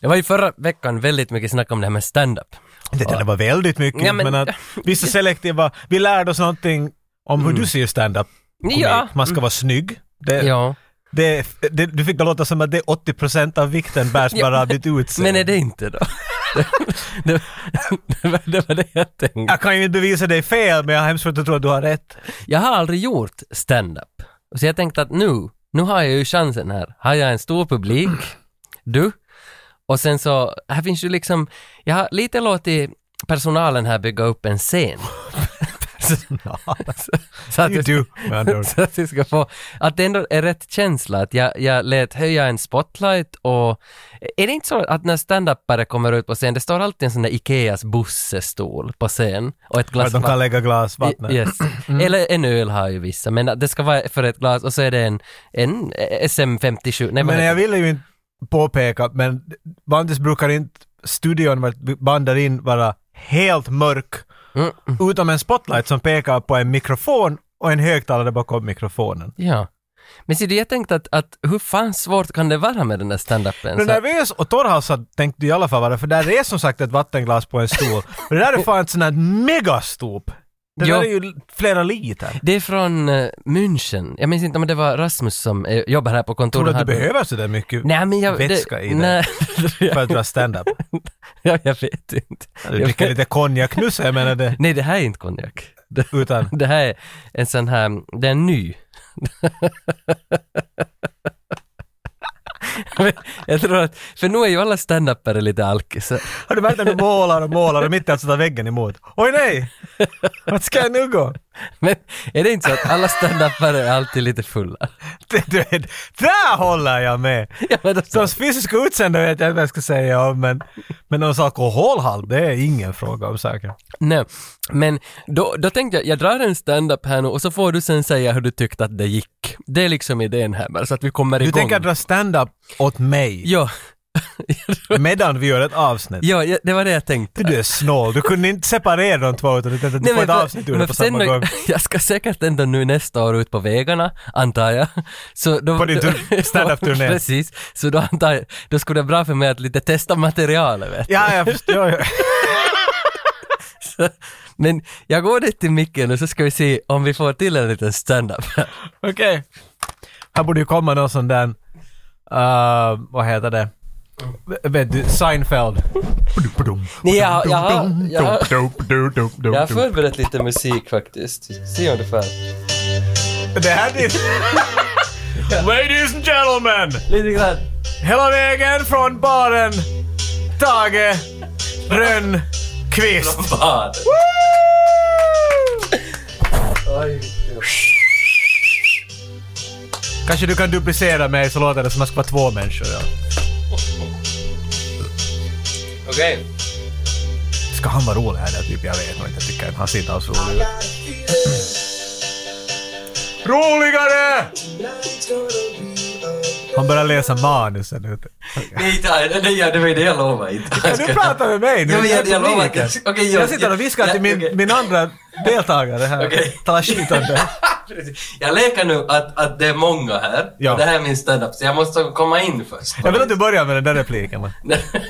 Det var ju förra veckan väldigt mycket snack om det här med stand-up. Det, det var väldigt mycket, Ja, men- men, att vissa selektiva, vi lärde oss någonting om hur du ser stand-up. komik. Mm. Ja. Mm. Man ska vara snygg. Det, Ja, det, det, du fick det låta som att det är 80% av vikten bärs Ja, bara av ditt utseende. men är det inte då? det, det, det, var, det var det jag tänkte. Jag kan ju inte bevisa dig fel, men jag har hemskt svårt att tro att du har rätt. Jag har aldrig gjort stand-up. Så jag tänkte att nu, nu har jag ju chansen här. Har jag en stor publik, du, och sen så, här finns ju liksom, jag har lite låtit personalen här bygga upp en scen. Så- så att You jag- do, med andra ord. så att vi ska få, att det ändå är rätt känsla, att jag, jag lät höja en spotlight och är det inte så att när standupare kommer ut på scen, det står alltid en sån där Ikeas bussestol på scen och ett Att glas de kan vatten. lägga glas vatten. Mm. I- Yes. Eller en öl har ju vissa, men att det ska vara för ett glas och så är det en, en SM57, nej Men men, jag ville ju inte påpeka, men vanligtvis brukar inte studion vart vi bandar in vara helt mörk, Mm. utom en spotlight som pekar på en mikrofon och en högtalare bakom mikrofonen. ja. Men ser du, jag tänkte att, att hur fan svårt kan det vara med den där standupen? Du Så, är nervös och torrhalsad tänkte du i alla fall vara, för där är som sagt ett vattenglas på en stol. Och det där är fan ett sånt här megastop. Det Ja. där är ju flera liter. det är från eh, München, jag minns inte om det var Rasmus som eh, jobbar här på Tror kontoret. du att du här. behöver sådär mycket Nej men jag... typ vätska i nej, för att dra stand-up? ja, jag vet inte. Du dricker lite konjak nu så jag menar det. Nej det här är inte konjak. Det, Utan, det här är en sån här, det är en ny. Men jag tror att, för nu är ju alla standupare lite alkisar. har du märkt när du målar och målar och mitt i allt så tar väggen emot? Oj nej! Vart ska jag nu gå? Men är det inte så att alla standupare är alltid lite fulla? Det, du vet, där håller jag med! Ja, men alltså, Deras fysiska utseende vet jag inte vad jag ska säga om men, men deras alkoholhalt, det är ingen fråga om säkert. nej. Men då, då tänkte jag, jag drar en standup här nu och så får du sen säga hur du tyckte att det gick. Det är liksom idén här bara, så att vi kommer Du igång. tänker dra stand-up åt mig Ja, medan vi gör ett avsnitt? ja, ja, det var det jag tänkte. Du är snål, du kunde inte separera de två utan du tänkte att du får ett för- avsnitt ur det men på sen samma då- gång. Jag ska säkert ändå nu nästa år ut på vägarna, antar jag. Så då, På din tur- stand-up-turné. Ja, Precis. Så då antar jag, då skulle det vara bra för mig att lite testa materialet. Vet. du. Ja, jag förstår. ju. Men jag går dit till micken och så ska vi se om vi får till en liten stand-up. Okej. Här borde ju komma någon sån där... Uh, vad heter det? V- Vet du, Seinfeld. Nej, jag, jag, har, jag, har, jag har förberett lite musik faktiskt. Se om du får. Det här är... Ladies and gentlemen! Lite grann. Hela vägen från baren Tage Rönnqvist. Bad. Oj, Kanske du kan duplicera mig så låter det som att jag ska vara två människor. Ja. Okej. Ska han vara rolig här? Typ, jag vet nog inte. Jag tycker att han ser inte alls rolig ut. Roligare! Han börjar läsa manusen. vet du. Nej, nej, nej, ja, det var ju det jag lovade inte. Ja, Du pratar med mig nu. Ja, men jag- jag lovar att jag- Publiken. okej, jag- jag sitter och viskar jag- till min, okej. min andra deltagare här. Okej. Talar skit om det. Jag leker nu att, att det är många här, Ja. och det här är min standup, så jag måste komma in först. Jag vill att du börjar med den där repliken. va?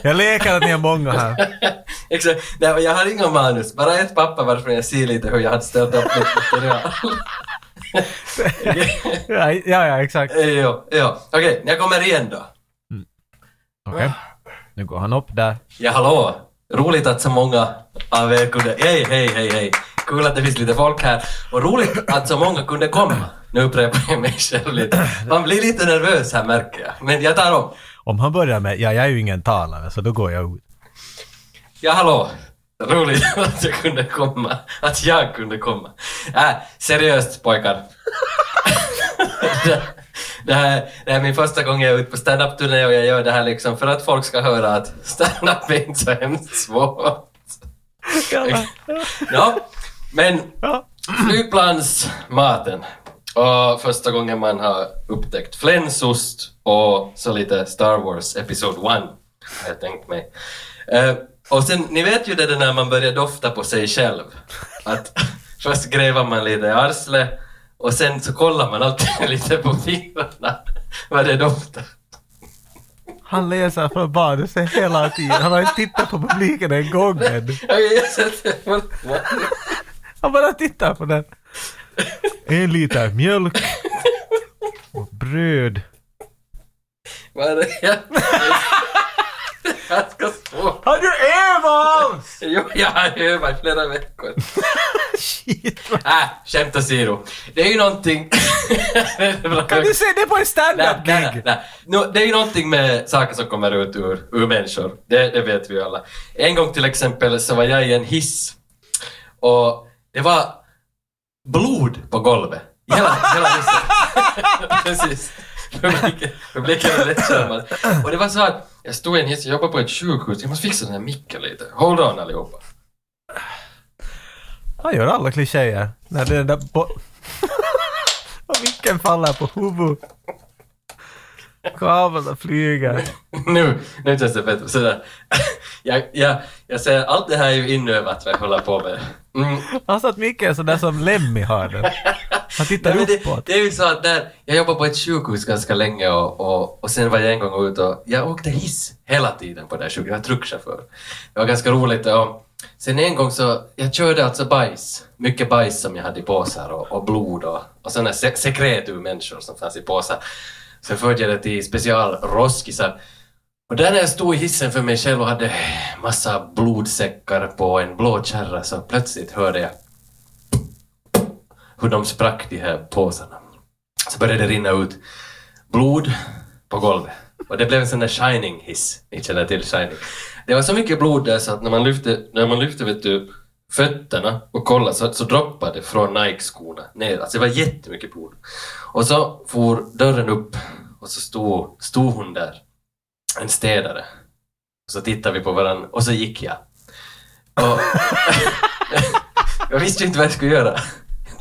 Jag leker att ni är många här. Exakt. Nej, men jag har inga manus, bara ett papper varför jag ser lite hur jag hade ställt upp mitt material. Okej. Ja, ja, ja exakt. Jo, jo. Okej, jag kommer igen då. Okej. Nu går han upp där. Ja, hallå! Roligt att så många av er kunde... Hej, hej, hej, hej! Kul att det finns lite folk här. Och roligt att så många kunde komma. Nu upprepar jag mig själv lite. Man blir lite nervös här märker jag. Men jag tar om. Om han börjar med ja, jag är ju ingen talare, så då går jag ut. Ja, hallå! Roligt att jag kunde komma. Att jag kunde komma. Äh, seriöst pojkar. det, det, här, det här är min första gång jag är ute på standup-turné och jag gör det här liksom för att folk ska höra att standup är inte så hemskt svårt. ja, men flygplansmaten. Och första gången man har upptäckt flänsost och så lite Star Wars Episode 1 har jag tänkt mig. Eh, och sen, ni vet ju det där när man börjar dofta på sig själv. Att först grävar man lite i arslet och sen så kollar man alltid lite på fingrarna vad det doftar. Han läser från badhuset hela tiden. Han har inte tittat på publiken en gång än. Jag har sett det. Vad- Han bara tittar på den. En liter mjölk. Och bröd. Vad är det jag... Jag ska stå. Har du övat? Jo, jag har övat flera veckor. Shit. Äh, skämt åsido. Det är ju någonting... Kan du se det på en Nej, nej, nej, standup-gig? nej. Nå, det är ju någonting med saker som kommer ut ur, ur människor. Det, det vet vi ju alla. En gång till exempel så var jag i en hiss och det var blod på golvet. I hela, hela hissen. Precis. Publiken, publiken är rätt charmad. Och det var så att jag stod i en hiss, jag jobbar på ett sjukhus, jag måste fixa den här micken lite. Hold on allihopa. Han gör alla klichéer. När det är den där bo- Och micken faller på huvudet. Kablarna flyger. nu, nu känns det bättre. Sådär. Jag, jag, jag säger, allt det här är ju inövat vad jag håller på med. Mm. Han satt mycket sådär som Lemmy har den. Han tittar Nej, men det, uppåt. det är ju så att där, jag jobbade på ett sjukhus ganska länge och, och, och sen var jag en gång ute och jag åkte hiss hela tiden på det här sjukhuset. Jag var truckchaufför. Det var ganska roligt. Och sen en gång så, jag körde alltså bajs. Mycket bajs som jag hade i påsar och, och blod och, och sådana se sekret ur människor som fanns i påsar. Så förde jag det till specialroskisar. Och där när jag stod i hissen för mig själv och hade massa blodsäckar på en blå kärra så plötsligt hörde jag hur de sprack de här påsarna. Så började det rinna ut blod på golvet. Och det blev en sån där shining-hiss. Ni känner till shining. Det var så mycket blod där så att när man lyfte, när man lyfte vet du, fötterna och kollade så, så droppade det från Nike-skorna ner. Alltså det var jättemycket blod. Och så for dörren upp och så stod, stod hon där, en städare. Och så tittade vi på varandra och så gick jag. Och jag visste ju inte vad jag skulle göra.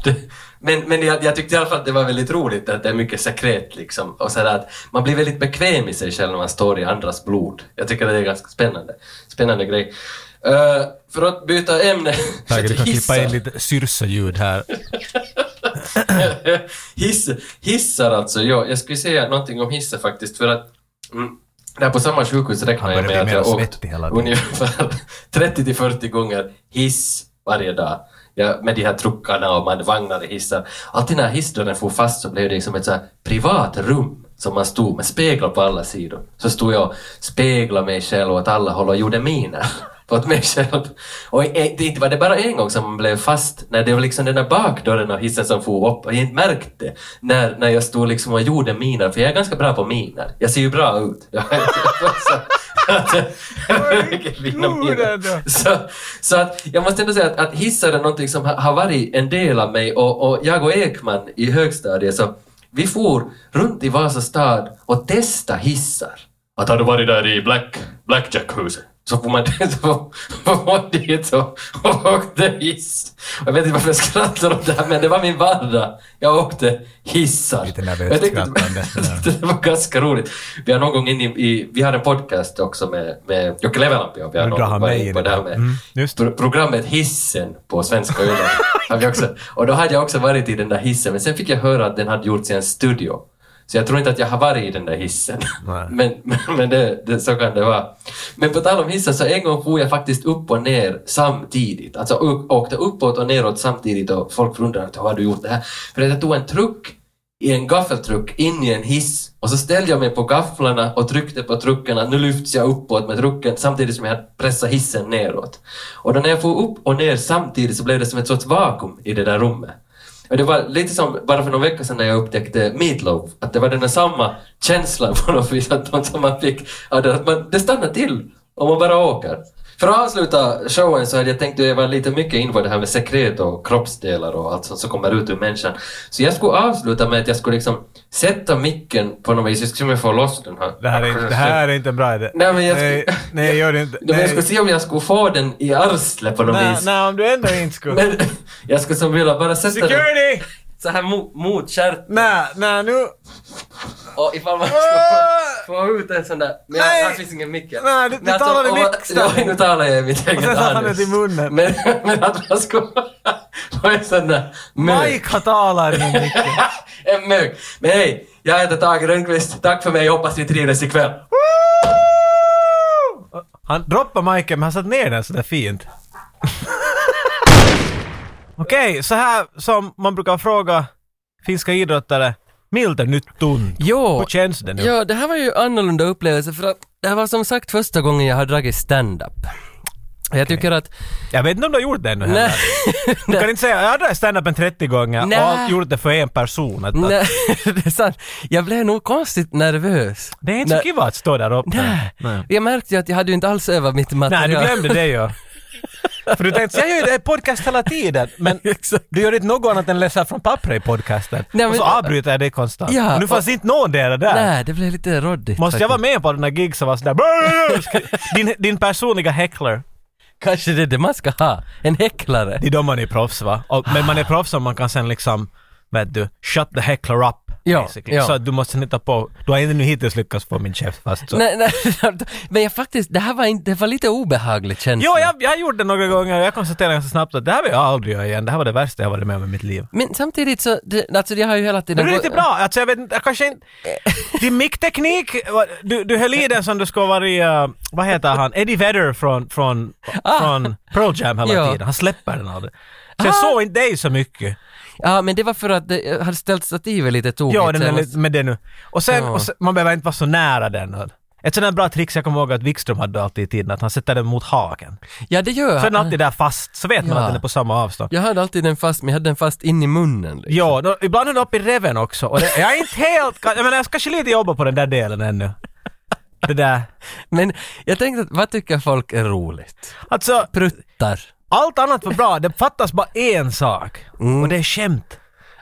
Det- Men, men jag, jag tyckte i alla fall att det var väldigt roligt att det är mycket sekret liksom. Och sådär att man blir väldigt bekväm i sig själv när man står i andras blod. Jag tycker det är ganska spännande. Spännande grej. Eh, för att byta ämne. Tage, du kan klippa Hissar. in lite syrsa-ljud här. Hiss, hissar alltså, ja, jag skulle säga någonting om hissar faktiskt för att mm, där på samma sjukhus räknar Han jag börjar med att jag bli mer har åkt svettig hela tiden. ungefär 30 till 40 gånger hiss varje dag. Ja, med de här truckarna och man vagnar i hissar. Alltid när hissdörren for fast så blev det som ett så här privat rum som man stod med speglar på alla sidor. Så stod jag och speglade mig själv åt alla håll och gjorde miner åt mig själv. Och eh, det inte var det bara en gång som man blev fast, när det var liksom den där bakdörren och hissen som for upp och jag inte märkte när, när jag stod liksom och gjorde miner, för jag är ganska bra på miner. Jag ser ju bra ut. Jag har inte- Vilket fina Gud, miner. ändå. Så, så att jag måste ändå säga att, att hissar är någonting som har, har varit en del av mig och, och jag och Ekman i högstadiet så vi for runt i Vasa stad och testa hissar. Att har du varit där i Black, Blackjack-huset? Så får man så får man dit och, och åkte hiss. Jag vet inte varför jag skrattar åt det här men det var min vardag. Jag åkte hissar. Lite nervöst Jag tyckte- skrattande. det var ganska roligt. Vi har någon gång in i, i vi har en podcast också med, med Jocke Levelampi och vi har Nu någon drar gång han varit mig in in på i det här det. med Mm, just det. pro- programmet Hissen på Svenska Yle. Har vi också, och då hade jag också varit i den där hissen, men sen fick jag höra att den hade gjorts i en studio. Så jag tror inte att jag har varit i den där hissen. Nej. Men, men, men det, det, så kan det vara. Men på tal om hissar, så en gång for jag faktiskt upp och ner samtidigt. Alltså upp, åkte uppåt och neråt samtidigt och folk undrade hur har du gjort det här? För att jag tog en truck i en gaffeltruck in i en hiss och så ställde jag mig på gafflarna och tryckte på trucken att nu lyfts jag uppåt med trucken samtidigt som jag pressade hissen neråt. Och då när jag for upp och ner samtidigt så blev det som ett sorts vakuum i det där rummet. Och det var lite som bara för någon vecka sedan när jag upptäckte Meatloaf, att det var den där samma känslan på något vis, att de som man fick, av det, att man, det stannar till om man bara åker. För att avsluta showen så hade jag tänkt öva lite mycket in på det här med sekret och kroppsdelar och allt sånt som kommer ut ur människan. Så jag skulle avsluta med att jag skulle liksom sätta micken på något vis, jag skulle få loss den här. Det här är, inte- det här är inte en bra idé. Nej, men jag- nej, nej, gör det inte. Men jag skulle Nej, se om jag skulle få den i arslet på något nej, vis. nej, om du ändå inte skulle... Men jag skulle som vilja bara sätta den Security! så här mot, mot kärten. Nej, nej, nu... Och ifall man ska Ah! få ut en sån där... Men Nej! här finns ingen mick. Nej, du- du talar i mickstav. Ja, nu talar jag i mitt eget sen satte han det i munnen. Men, men att man ska få en sån där mök. Mike har talat i min mick. en mök. Men hej, Jag heter Tage Rönnqvist. Tack för mig. Hoppas ni trivdes ikväll. Han droppar micken men han satt ner den sådär fint. Okej, så här som man brukar fråga finska idrottare. Milt är nytt tunt. Jo. Hur känns det nu? Ja, det här var ju annorlunda upplevelse för att det här var som sagt första gången jag har dragit stand-up. Jag tycker att... Jag vet inte om du har gjort det ännu Nej. heller. Du kan inte säga jag har dragit standupen 30 gånger Nej. och har gjort det för en person. Att, att, Nej, det är sant. Jag blev nog konstigt nervös. det är inte så Nej. kiva att stå där uppe. Nej. Nej. Jag märkte ju att jag hade ju inte alls övat mitt Nej, material. du glömde det ju. För du tänkte, jag gör ju det här podcast hela tiden, men Exakt. du gör inte något annat än läsa från pappret i podcasten. Nej, och men- så avbryter jag det konstant. Ja, Och nu fanns inte någon där. där. Nej, det blev lite råddigt. Måste jag vara faktiskt. med på den här gig som var sådär... din, din personliga häcklare. Kanske det är det man ska ha. En häcklare. Det är då man är proffs va? Och, men man är proffs om man kan sen liksom, vet du, shut the heckler up. Ja, basically. ja. Så att du måste hitta på, du har ännu hittills lyckats få min käft fast så. Nej, nej, men jag faktiskt, det här var, inte, det var lite obehagligt känsla. Jo, jag, jag gjorde det några gånger och jag konstaterade ganska snabbt att det här vill jag aldrig göra igen. Det här var det värsta jag varit med om i mitt liv. Men samtidigt så, det, alltså det har ju hela tiden... Men det är gått- riktigt bra. Alltså jag vet inte, jag kanske inte... Din mickteknik, var- du, du höll i den som du ska vara i, eh, vad heter han, Eddie Vedder från, från, från Pearl Jam hela Ah. Ja. Ah. tiden. Han släpper den aldrig. Så jag såg inte dig så mycket. Ja, men det var för att det, jag hade ställt stativet lite tokigt. Ja, så den jag är måste- lite med det nu. Och sen, Ja. och sen, man behöver inte vara så nära den. Ett sånt där bra trick jag kommer ihåg att Wikström hade alltid i tiden, att han sätter den mot haken. Ja, det gör Så är den jag. alltid där fast, så vet man Ah. Ja. att den är på samma avstånd. Jag hade alltid den fast, men jag hade den fast in i munnen. Liksom. Ja, då, ibland är den uppe i reven också. Och det, jag är inte helt... Jag menar, jag ska kanske lite jobba på den där delen ännu. Det där. Men jag tänkte, att, vad tycker folk är roligt? Alltså, Pruttar. allt annat var bra. Det fattas bara en sak. Mm. Och det är skämt.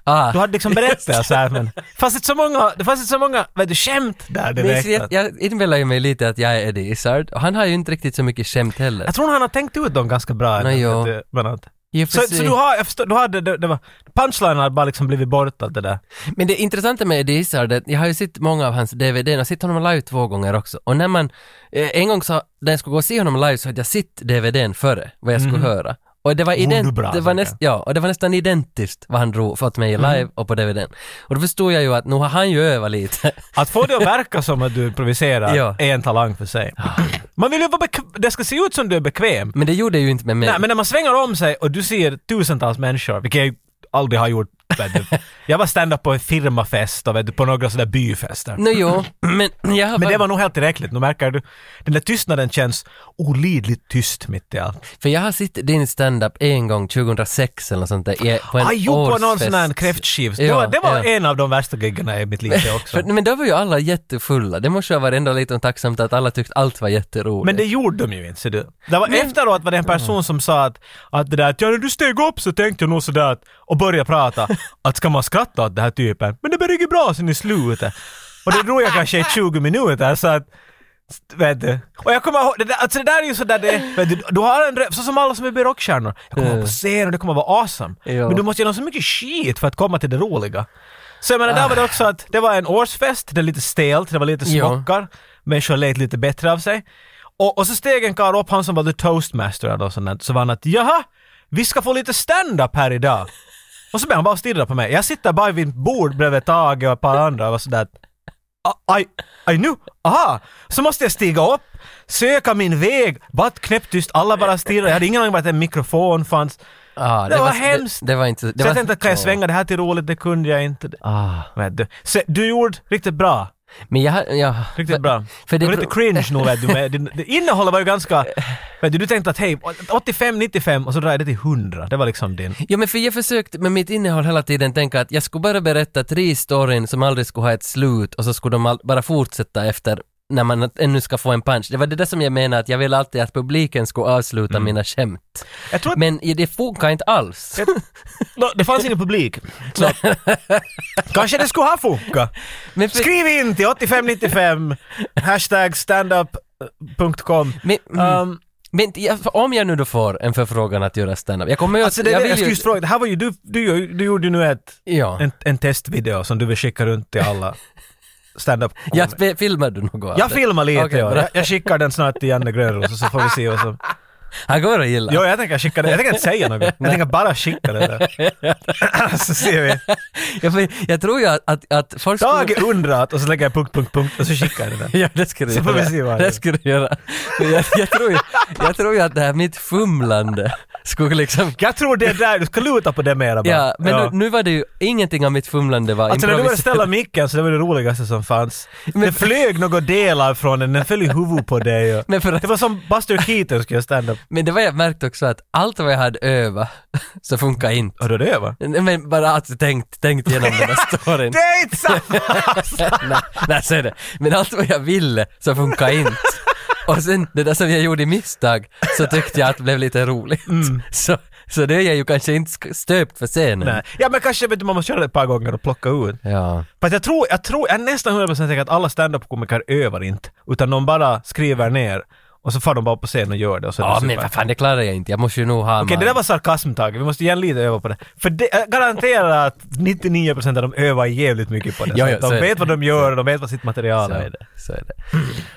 Ah. Du hade liksom berättelser, men... Fast inte så många... Det fanns inte så många, vet du, skämt där Men direkt. jag, jag inbillar ju mig lite att jag är Eddie Izzard och han har ju inte riktigt så mycket skämt heller. Jag tror han har tänkt ut dem ganska bra. Nej, ändå, ja. vet du, men att- I och för Så, sig. så du har, jag förstår, du hade, det, det var, punchlinen hade bara liksom blivit borta det där. Men det intressanta med Eddie Izzard är att jag har ju sett många av hans DVD och sett honom live två gånger också. Och när man, eh, en gång så, när jag skulle gå och se honom live så hade jag sett DVDn före vad jag Mhm. skulle höra. Och det var, Wunderbra, ident- det, var säkert. näst- ja, och det var nästan identiskt vad han drog, fått mig Mhm. live och på DVDn. Och då förstod jag ju att nu har han ju övat lite. Att få det att verka som att du improviserar Ja. är en talang för sig. Man vill ju vara bekväm, det ska se ut som du är bekväm. Men det gjorde ju inte med mig. Nej, men när man svänger om sig och du ser tusentals människor, vilket jag ju aldrig har gjort. Vet du. Jag var stand-up på en firmafest och vet du, på några sådär byfester. Nå, jo, men jag har Men det bara- var nog helt tillräckligt. Nu märker du, den där tystnaden känns olidligt tyst mitt i allt. För jag har sett din stand-up en gång 2006 eller något sånt där i- på en Ah, jo, på någon årsfest. sån här kräftskiv. Det Ja, var, det var ja. en av de värsta giggarna i mitt liv det också. För, men då var ju alla jättefulla. Det måste jag vara ändå lite tacksamt att alla tyckte allt var jätteroligt. Men det gjorde de ju inte, ser du. Det var, Efteråt var det en person som sa att, att det där att ja, när du steg upp så tänkte jag nog sådär att, och började prata, att ska man skratta åt den här typen? Men det började ju bra sen i slutet. Och det drog jag kanske i 20 minuter så att Vet du. Och jag kommer ihåg, det där, alltså det där är ju sådär det vet du, du har en rep, så som alla som vill bli rockstjärnor. Jag kommer vara på scen och det kommer vara awesome. Ja. Men du måste genom så mycket skit för att komma till det roliga. Så jag menar, där var det också att det var en årsfest, det var lite stelt, det var lite Ja. smockar, människor lät lite bättre av sig. Och, och så steg en karl upp, han som var the toastmaster eller något sånt där, så var han att jaha, vi ska få lite stand-up här idag. Och så började han bara stirra på mig. Jag sitter bara vid ett bord bredvid Tage och ett par andra och var sådär att Ah, Aj, aj nu, aha! Så måste jag stiga upp, söka min väg, vart knäpptyst, alla bara stirrar. Jag hade ingen aning om att en mikrofon fanns. Ah, det var hemskt. Det, det var inte så... Det Så var, jag tänkte att kan jag Ja. svänga det här till roligt, det kunde jag inte. Ah. Vet du. Så du gjorde riktigt bra. Men jag... har- Ja, Riktigt för- bra. För det det var lite pro- cringe nog vet du. Men det, det innehållet var ju ganska... Vet du, du tänkte att hej, 85, 95 och så drar jag det till 100. Det var liksom din... Ja, men för jag försökte med mitt innehåll hela tiden tänka att jag skulle bara berätta tre storyn som aldrig skulle ha ett slut och så skulle de all- bara fortsätta efter när man ännu ska få en punch. Det var det där som jag menade att jag ville alltid att publiken skulle avsluta Mm. mina skämt. Jag tror att Men i- det funkar inte alls. Nå, det fanns ingen publik. Så. Kanske det skulle ha funkat. Men för- Skriv in till 8595 hashtag standup.com. Men, mm. Um, Men jag, för om jag nu då får en förfrågan att göra standup, jag kommer ju alltså att... det, jag, jag det, jag vill skulle ju, just fråga, det här var ju du, du, gör- du gjorde ju nu ett, ja. en, en testvideo som du vill skicka runt till alla standup Jag spe, filmade du något av Jag det? filmar lite, Okej, ja. bra. jag, jag skickar den snart till Janne Grönros och så får vi se vad som... Han kommer att gilla. Jo, jag tänker skicka det. Jag tänker inte säga något. Jag tänker bara skicka det där. så ser vi. Jag, jag tror ju att, att, att folk Tage undrat och så lägger jag punkt, punkt, punkt och så skickar jag det där. Ja, det skulle du Så får vi se göra. vad det är. Det skulle du göra. Men jag, jag, tror ju, jag tror ju att det här mitt fumlande skulle liksom... Jag tror det är där, du ska luta på det mera bara. Ja, men Nu, nu var det ju ingenting av mitt fumlande var Alltså när du började improviserat. ställa micken så det var det roligaste som fanns. det flög några delar från den, den föll i huvudet på dig. Och... Men, för att, Det var som Buster Keaton skulle jag stand up. men det var jag märkt också att allt vad jag hade övat så funkar inte. Och då det Mm. va? Men bara att tänkt, tänkt igenom den här storyn. Det är inte samma! nej, nej, så är det. Men allt vad jag ville så funkar inte. Och sen det där som jag gjorde i misstag så tyckte jag att det blev lite roligt. Så, så det är jag ju kanske inte sk- stöpt för scenen. Mm. Nej. Ja men kanske vet du, man måste köra det ett par gånger och plocka ut. Ja. Fast jag tror, jag tror, jag är nästan 100% säker att alla standup-komiker övar inte. Utan de bara skriver ner och så far de bara på scen och gör det och så är Ja det men super. vad fan det klarar jag inte, jag måste ju nog ha Okej, det där var sarkasmtaget. Vi måste igen lite öva på det. För det, jag garanterar att 99% av dem övar jävligt mycket på det. Ja, ja, Så så att de är vet det. vad de gör och de vet vad sitt material så är. är det. Så är det.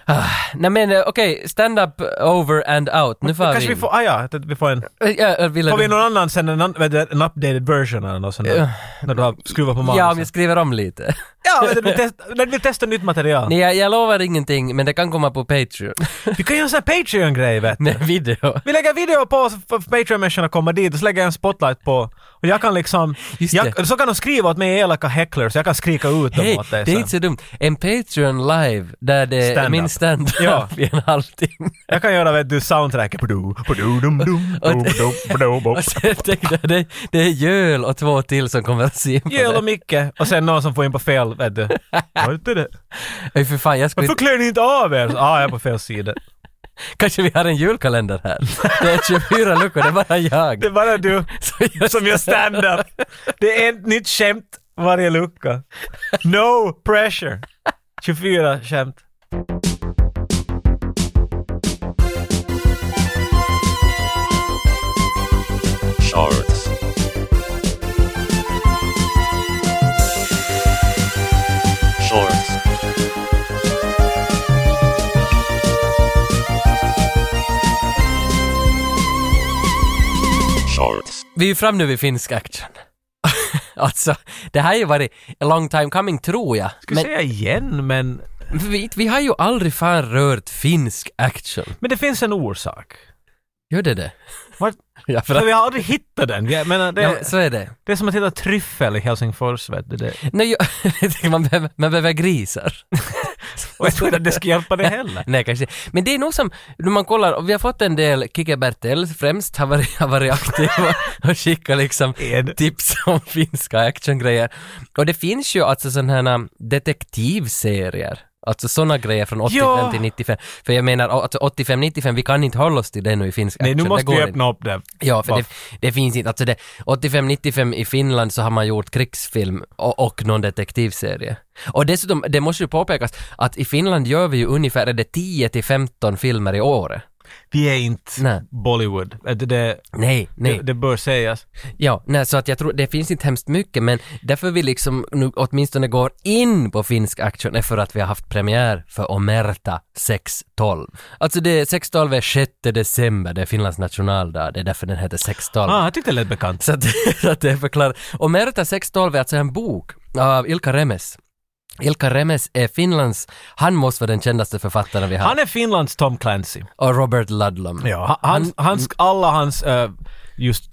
Ah, nej men eh, okej, stand-up over and out. Nu får vi, Kanske vi får, ah ja, jag tänkte vi får en, Ja, jag ville... får vi någon annan sen, en, an- vet du, en updated version eller något sånt där? När du har skruvat på Ja, om jag manuset. skriver om lite. Ja, vet du, vi test- när vi testar nytt material. Nej, jag, jag lovar ingenting, men det kan komma på Patreon. Vi kan göra en sån här Patreon-grej vet du. Med video. Vi lägger video på oss för för Patreon-människorna kommer dit och så lägger jag en spotlight på och jag kan liksom... Just Jag, så kan de skriva åt mig elaka hecklers, jag kan skrika ut dem Hej, åt det dig är inte sen. så dumt. En Patreon live där det är Stand-up. min stand-up Ja. i en halvtimme. Jag kan göra vet du soundtracket. Pdu, pdu, dum, dum, Och- dum, dum, pdu, bop. Och sen tänkte Alltså, jag, det, det är Jöl och två till som kommer att se på Göl det. och Micke och sen någon som får in på fel vet du. Var inte det? Oj, för fan, jag skulle... Varför klär ni inte av er? Ja, ah, jag är på fel sida. Kanske vi har en julkalender här. Det är 24 luckor, det är bara jag. Det är bara du Så jag- som gör stand-up. Det är ett nytt skämt varje lucka. No pressure. 24 skämt. Shorts. Shorts. Shorts. Vi är ju fram nu vid finsk action. alltså, det här har ju varit a long time coming tror jag. Ska Men säga igen men... vi, vi har ju aldrig fan rört finsk action. Men det finns en orsak. Gör det det? Var- Ja, för För att, vi har aldrig hittat den. Jag menar, det, ja, så är det. det är som att hitta tryffel i Helsingfors vet du. Det. Nej, jag, jag tänker, man, behöver, man behöver grisar. Och jag tror inte att det ska hjälpa dig heller. Nej, kanske Men det är nog som, när man kollar, och vi har fått en del, Kike Bertel främst har varit, har varit aktiv och, och skickat liksom Ed. tips om finska actiongrejer. Och det finns ju alltså sådana här detektivserier. Alltså sådana grejer från 85 Ja. till 95. För jag menar, alltså 85-95, vi kan inte hålla oss till det nu i finsk Nej, action. nu Det måste går vi inte. öppna upp det. Ja, för Va- det, det finns inte. Alltså det, 85-95 i Finland så har man gjort krigsfilm och, och någon detektivserie. Och dessutom, det måste ju påpekas att i Finland gör vi ju ungefär är det 10-15 filmer i året. Vi är inte Nej. Bollywood. Det, det, Nej, nej. det, det bör sägas. Ja, nej, så att jag tror det finns inte hemskt mycket men därför vi liksom nu åtminstone går in på finsk action är för att vi har haft premiär för Omerta 6.12. Alltså det 6.12 är 6 december, det är Finlands nationaldag, det är därför den heter 6.12. Ah, jag tyckte det lät bekant. Så att, så att det förklarar. Och Merta 612 är alltså en bok av Ilkka Remes. Ilkka Remes är Finlands, han måste vara den kändaste författaren vi har. Han är Finlands Tom Clancy. och Robert Ludlum. Ja, han, hans, alla hans eh, just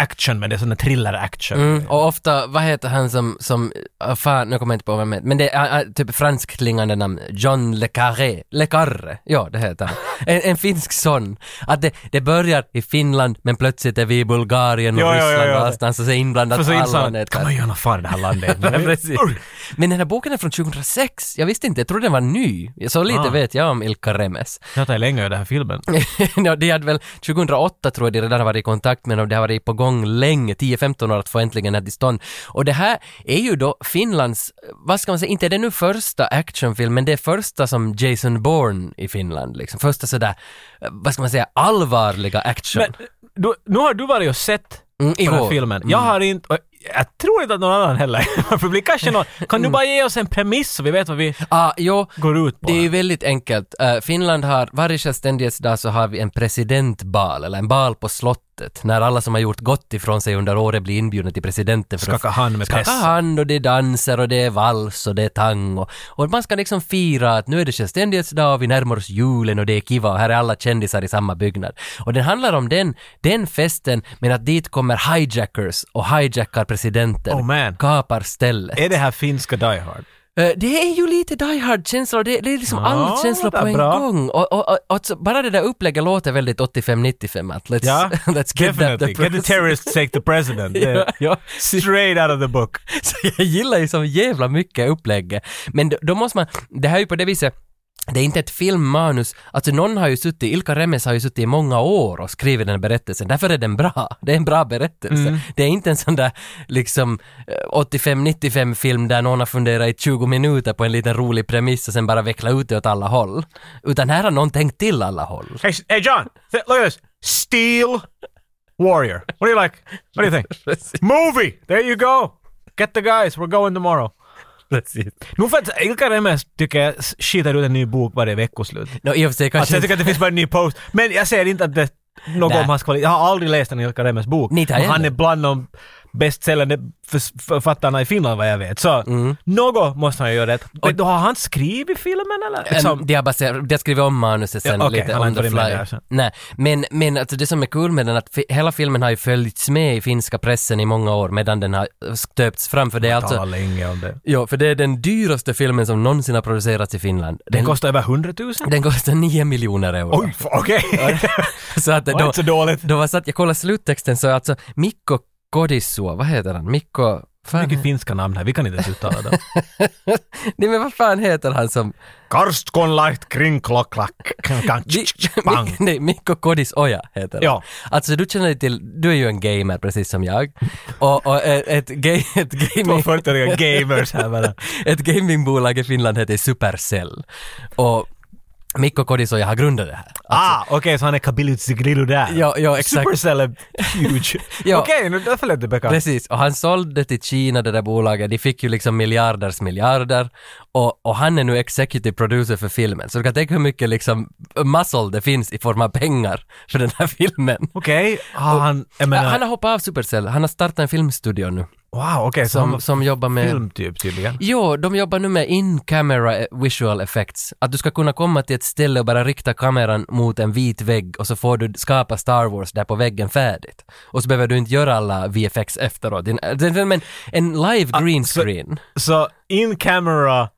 action, men det är sån där thriller-action. Mm, och ofta, vad heter han som, som ah, fan, nu kommer jag inte på vad han heter, men det är uh, typ franskt klingande namn, John Le Carré, Le Carré, ja det heter han. En, en finsk son. Att det, det börjar i Finland men plötsligt är vi i Bulgarien och Ja, ja, ja, Ryssland ja. och allstans och så är inblandat För så alla insan, nätverk. kan man göra något fan i det här landet? Ja, precis. Men den här boken är från 2006. Jag visste inte, jag trodde den var ny. Så lite Ah. vet jag om Ilkka Remes. Jag tar länge i den här filmen. ja, de hade väl 2008 tror jag de redan har varit i kontakt med och det har varit på gång länge, 10-15 år att få äntligen det här till stånd. Och det här är ju då Finlands, vad ska man säga, inte är det nu första actionfilm, men det är första som Jason Bourne i Finland liksom. Första sådär, eh, vad ska man säga, allvarliga action. Men du, nu har du varit och sett Mm, på den här igår. Mm. filmen. Jag har inte, och jag tror inte att någon annan heller publik. Kanske någon. Mm. Kan du bara ge oss en premiss så vi vet vad vi Ah, jo, går ut på? det är ju här? väldigt enkelt. Eh, Finland har, varje självständighetsdag så har vi en presidentbal, eller en bal på slottet, när alla som har gjort gott ifrån sig under året blir inbjudna till presidenten för att Skaka hand med skaka pressen. hand och det är danser och det är vals och det är tango. Och man ska liksom fira att nu är det självständighetsdag och vi närmar oss julen och det är kiva och här är alla kändisar i samma byggnad. Och den handlar om den, den festen men att dit kommer hijackers och hijackar presidenten. Oh man. Kapar stället. Är det här finska Die Hard? Eh, Det är ju lite Die Hard-känslor, det, det är liksom Ja, alla känslor det är på en bra. gång. Och, och, och, och så bara det där upplägget låter väldigt 85-95 att let's, Ja, let's get Definitely. that the Get the terrorists take the president. ja, Det- ja. Straight out of the book. Så jag gillar ju så jävla mycket upplägget. Men då, då måste man, det här är ju på det viset, det är inte ett filmmanus, alltså någon har ju suttit, Ilka Remes har ju suttit i många år och skrivit den här berättelsen, därför är den bra. Det är en bra berättelse. Mm. Det är inte en sån där liksom eh, 85-95 film där någon har funderat i 20 minuter på en liten rolig premiss och sen bara vecklat ut det åt alla håll. Utan här har någon tänkt till alla håll. Hey, s- hey John, th- look at this. Steel Warrior. What do you like? What do you think? Movie! There you go! Get the guys, we're going tomorrow. Precis. Nu för att Ilka Remes tycker jag s- skitar ut en ny bok varje veckoslut. No, i och för sig kanske Alltså jag tycker att det finns bara en ny post. Men jag säger inte att det något Nej. om hans kvalitet. Jag har aldrig läst en Ilkka Remes bok. Inte jag Men han heller. är bland de bästsäljande förs- författarna i Finland vad jag vet. Så Mm. något måste han ju göra rätt. Men då har han skrivit filmen eller? Liksom. Liksom, de, har baserat, de har skrivit om manuset sen Ja, okej, lite han har on inte the varit med fly. där sen. Nej, men, men alltså det som är kul med den är att fi- hela filmen har ju följts med i finska pressen i många år medan den har eh, stöpts fram. För det är alltså, alltså, talar länge om det. ja, för det är den dyraste filmen som någonsin har producerats i Finland. Den Den, kostar över 100 000? den kostar 9 miljoner euro. Oj, f- okej. så att Det var då, inte så dåligt. då var så att jag kollade sluttexten så alltså Mikko Kodisua, vad heter han? Mikko... Fan, Mycket finska namn här, vi kan inte ens uttala dem. nej men vad fan heter han som... Karskonlait kringklocklack. Vi- Mi- Nej, Mikko Kodis Oja heter han. Ja. Alltså du känner dig till, du är ju en gamer precis som jag. Och, och ett, ett, ga- ett, Två gaming, 40-åriga gamers här bara. ett gamingbolag i Finland heter Supercell. Och Mikko Kodis Oja har grundat det här. Ah, okej, så han är Kabilitsigrilu där. Ja, ja, exakt. Supercell är huge. Ja. Okej, nu därför lät det bekant. Precis, och han sålde till Kina det där bolaget, de fick ju liksom miljarders miljarder och, och han är nu executive producer för filmen. Så du kan tänka hur mycket liksom muscle det finns i form av pengar för den här filmen. Okej, har han, jag menar, han har hoppat av Supercell, han har startat en filmstudio nu. wow, okej, så han var Som, som jobbar med... filmtyp tydligen. Jo, de jobbar nu med in-camera eh, visual effects. Att du ska kunna komma till ett ställe och bara rikta kameran mot en vit vägg och så får du skapa Star Wars där på väggen färdigt. Och så behöver du inte göra alla VFX efteråt. Din- eh, den- Men en live green Ah, så- screen Så in camera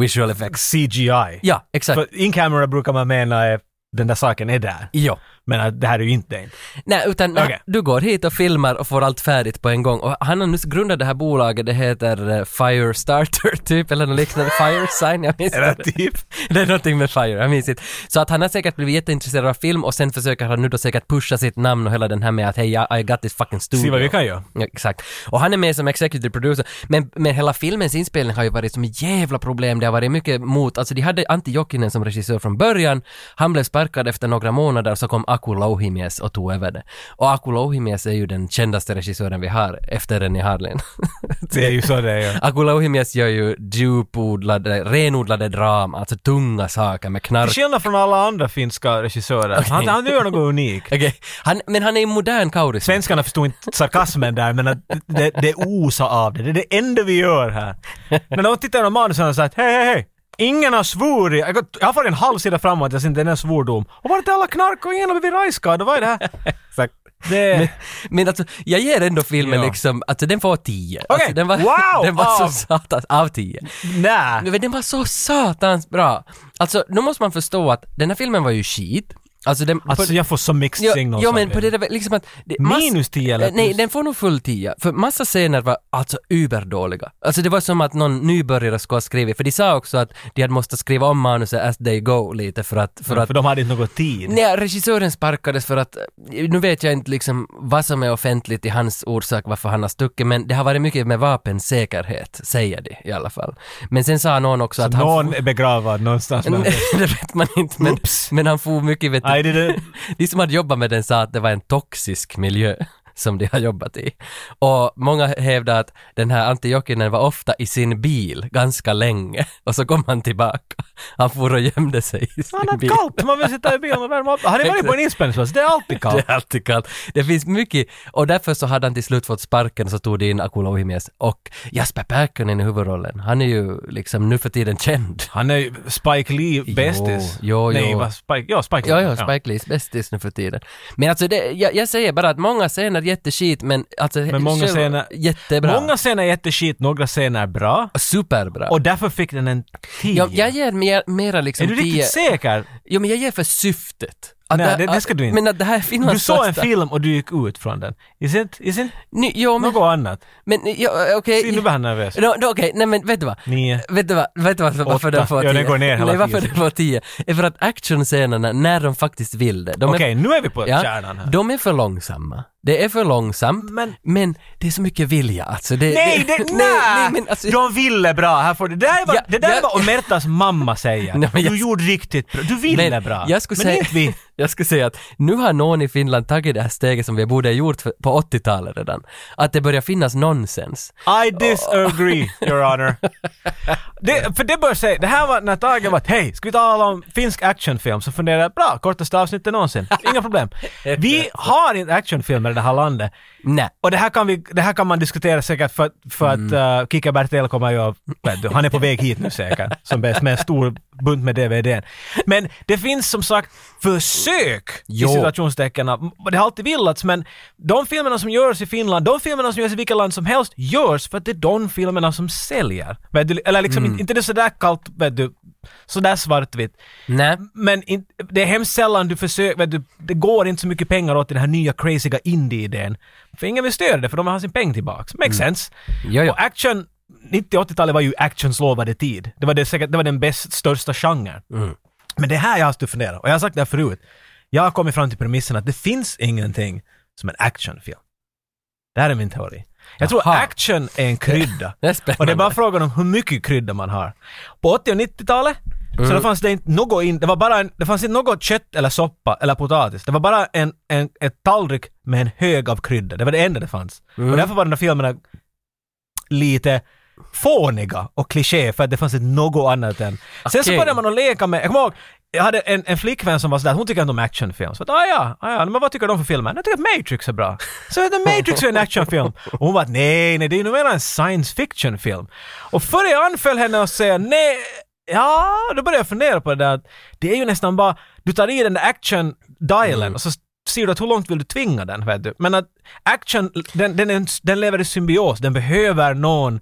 visual effects. CGI. Ja, exakt. För in camera brukar man mena är den där saken är där. Jo. Men att det här är ju inte det. Nej, utan nej, Okej. du går hit och filmar och får allt färdigt på en gång. Och han har nu grundat det här bolaget, det heter eh, Firestarter typ, eller något liknande. Firesign, jag minns Eller inte. typ. Det är någonting med Fire, jag minns inte. Så att han har säkert blivit jätteintresserad av film och sen försöker han nu då säkert pusha sitt namn och hela den här med att hej, I- I got this fucking studio. Se vad vi kan göra. Ja, exakt. Och han är med som executive producer. Men, men hela filmens inspelning har ju varit som ett jävla problem. Det har varit mycket mot, alltså de hade Antti Jokinen som regissör från början. Han blev sparkad efter några månader så kom Aku Louhimies och tog över det. Och Aku Louhimies är ju den kändaste regissören vi har efter Rennie Harlin. Det är ju så det är. ja. Aku Louhimies gör ju djupodlade, renodlade drama, alltså tunga saker med knark Till skillnad från alla andra finska regissörer. Han, han gör något unikt. Okej, han, men han är ju modern kauris. Svenskarna förstod inte sarkasmen där, men att det, det osar av det. Det är det enda vi gör här. När de tittar på manusen och säger att hej, hej, hej. Ingen har svurit. Jag har- Jag har fått en halv sida framåt, jag ser inte en enda svordom. Och var är alla knark och ingen har blivit rajskad? Vad är det här? Exakt. Det... Men, men alltså, jag ger ändå filmen Ja. liksom, alltså den får 10. Alltså, Okej, den var, wow, Ah. Den var av- så satans, av 10. Nej. Men den var så satans bra. Alltså, nu måste man förstå att den här filmen var ju skit. Alltså, den, Alltså jag får så mixed Ja, signals ja av men på det där, liksom att... Det, Minus 10 eller Eh, Nej, plus? den får nog full 10. För massa scener var alltså überdåliga. Alltså det var som att någon nybörjare skulle ha skrivit, för de sa också att de hade måste skriva om manuset as they go lite för att... För att För de hade inte någon tid. Nej, regissören sparkades för att, eh, nu vet jag inte liksom vad som är offentligt i hans orsak varför han har stuckit, men det har varit mycket med vapensäkerhet, säger de i alla fall. Men sen sa någon också att han... Någon är begravad någonstans. Men... det vet man inte, men, men han får mycket, vet du, I didn't... de som hade jobbat med den sa att det var en toxisk miljö. som de har jobbat i. Och många hävdar att den här Antti Jokinen var ofta i sin bil ganska länge och så kom han tillbaka. Han for och gömde sig i Han sin har bil. kallt, man vill sitta i bilen och värma upp. Har ni varit på en inspelningsplats? Det är alltid kallt. Det är alltid kallt. Det finns mycket och därför så hade han till slut fått sparken så tog det in Akula Ohimies och Jasper Perkkonen i huvudrollen. Han är ju liksom nu för tiden känd. Han är ju Spike Lee bästis. jo, Nej, jo. vad Spike... Ja, Spike Ja, Lee. ja, Spike Lees bästis nu för tiden. Men alltså, det, jag, jag säger bara att många scener är jätteskit, men alltså... Men många själva- scener- Jättebra. Många scener är jätteskit, några scener är bra. Superbra. Och därför fick den en 10. jag, jag ger mer, mera liksom är du riktigt tio- säker? Jo, men jag ger för syftet. Att Nej, här- det- det ska att- du inte. Men att det här är Finlands Du såg en första- film och du gick ut från den. Is it, is it Ny, jo, men, något annat? men ja, eh, okej. Se, nu blir han nervös. No, no, Okej, nej men vet du vad? Nio. Vet du, vad, vet du varför, varför Åtta. den får Ja, 10? den går ner hela Nej, varför tiden. den får 10? Är för att actionscenerna, när de faktiskt vill det, de Okej, är nu är vi på Ja, kärnan här. de är för långsamma. Det är för långsamt, men, Men- det är så mycket vilja alltså. Det, Nej, det, nej, nej, men alltså, De ville bra, här får du. Det där är vad, Ja, det där ja. är vad Omertas mamma säger. Nej, men jag- Du gjorde riktigt bra, du ville men bra. Jag skulle, men säga, inte vi. jag skulle säga att nu har någon i Finland tagit det här steget som vi borde ha gjort för, på 80-talet redan. Att det börjar finnas nonsens. I disagree, your honor. Det, för det bör säga, det här var när Tage var att hej, ska vi tala om finsk actionfilm? Så funderade jag, bra, kortaste avsnittet någonsin. Inga problem. Vi har inte actionfilmer i det här landet. Nej. Och det här kan, vi, det här kan man diskutera säkert för, för att uh, Kika Bertel kommer ju att- vet du, han är på väg hit nu säkert, som bäst med en stor bunt med DVD. Men det finns som sagt försök Jo. i situationstecken. av- och Det har alltid villats, men de filmerna som görs i Finland, de filmerna som görs i vilket land som helst, görs för att det är de filmerna som säljer. Vet du, eller liksom, inte det är sådär kallt, vet du, sådär svartvitt. Nej. Men in, det är hemskt sällan du försöker, vet du, det går inte så mycket pengar åt den här nya crazyga indie-idén. För ingen vill stödja det för de vill ha sin peng tillbaks. Makes sense. Jo, jo. Och action, 90-80-talet var ju actions lovade tid. Det var, det, säkert, det var den bäst, största genren. Men det här jag har stått och funderat, och jag har sagt det här förut. Jag har kommit fram till premissen att det finns ingenting som en actionfilm. Det här är min teori. Jag tror Jaha. action är en krydda. Det är spännande. Och det är bara frågan om hur mycket krydda man har. På 80 och 90-talet så då fanns det inte något in, det var bara en, det fanns inte något kött eller soppa eller potatis. Det var bara en, en ett tallrik med en hög av krydda. Det var det enda det fanns. Och därför var de där filmerna lite fåniga och kliché för att det fanns inte något annat än. Sen så Okej. började man att leka med, jag kommer ihåg, jag hade en, en flickvän som var sådär, hon tycker inte om actionfilm. Så att, ah, ja, ah, ja, men vad tycker de för filmer? Jag tycker att Matrix är bra. Så jag tänkte, Matrix är en actionfilm. Och hon bara, nej, nej, det är nog mer en science fiction-film. Och före jag anföll henne och säga nej, ja, då började jag fundera på det där att det är ju nästan bara, du tar i den där action-dialen och så ser du att hur långt vill du tvinga den, vet du. Men att action, den, den, är en- den lever i symbios, den behöver någon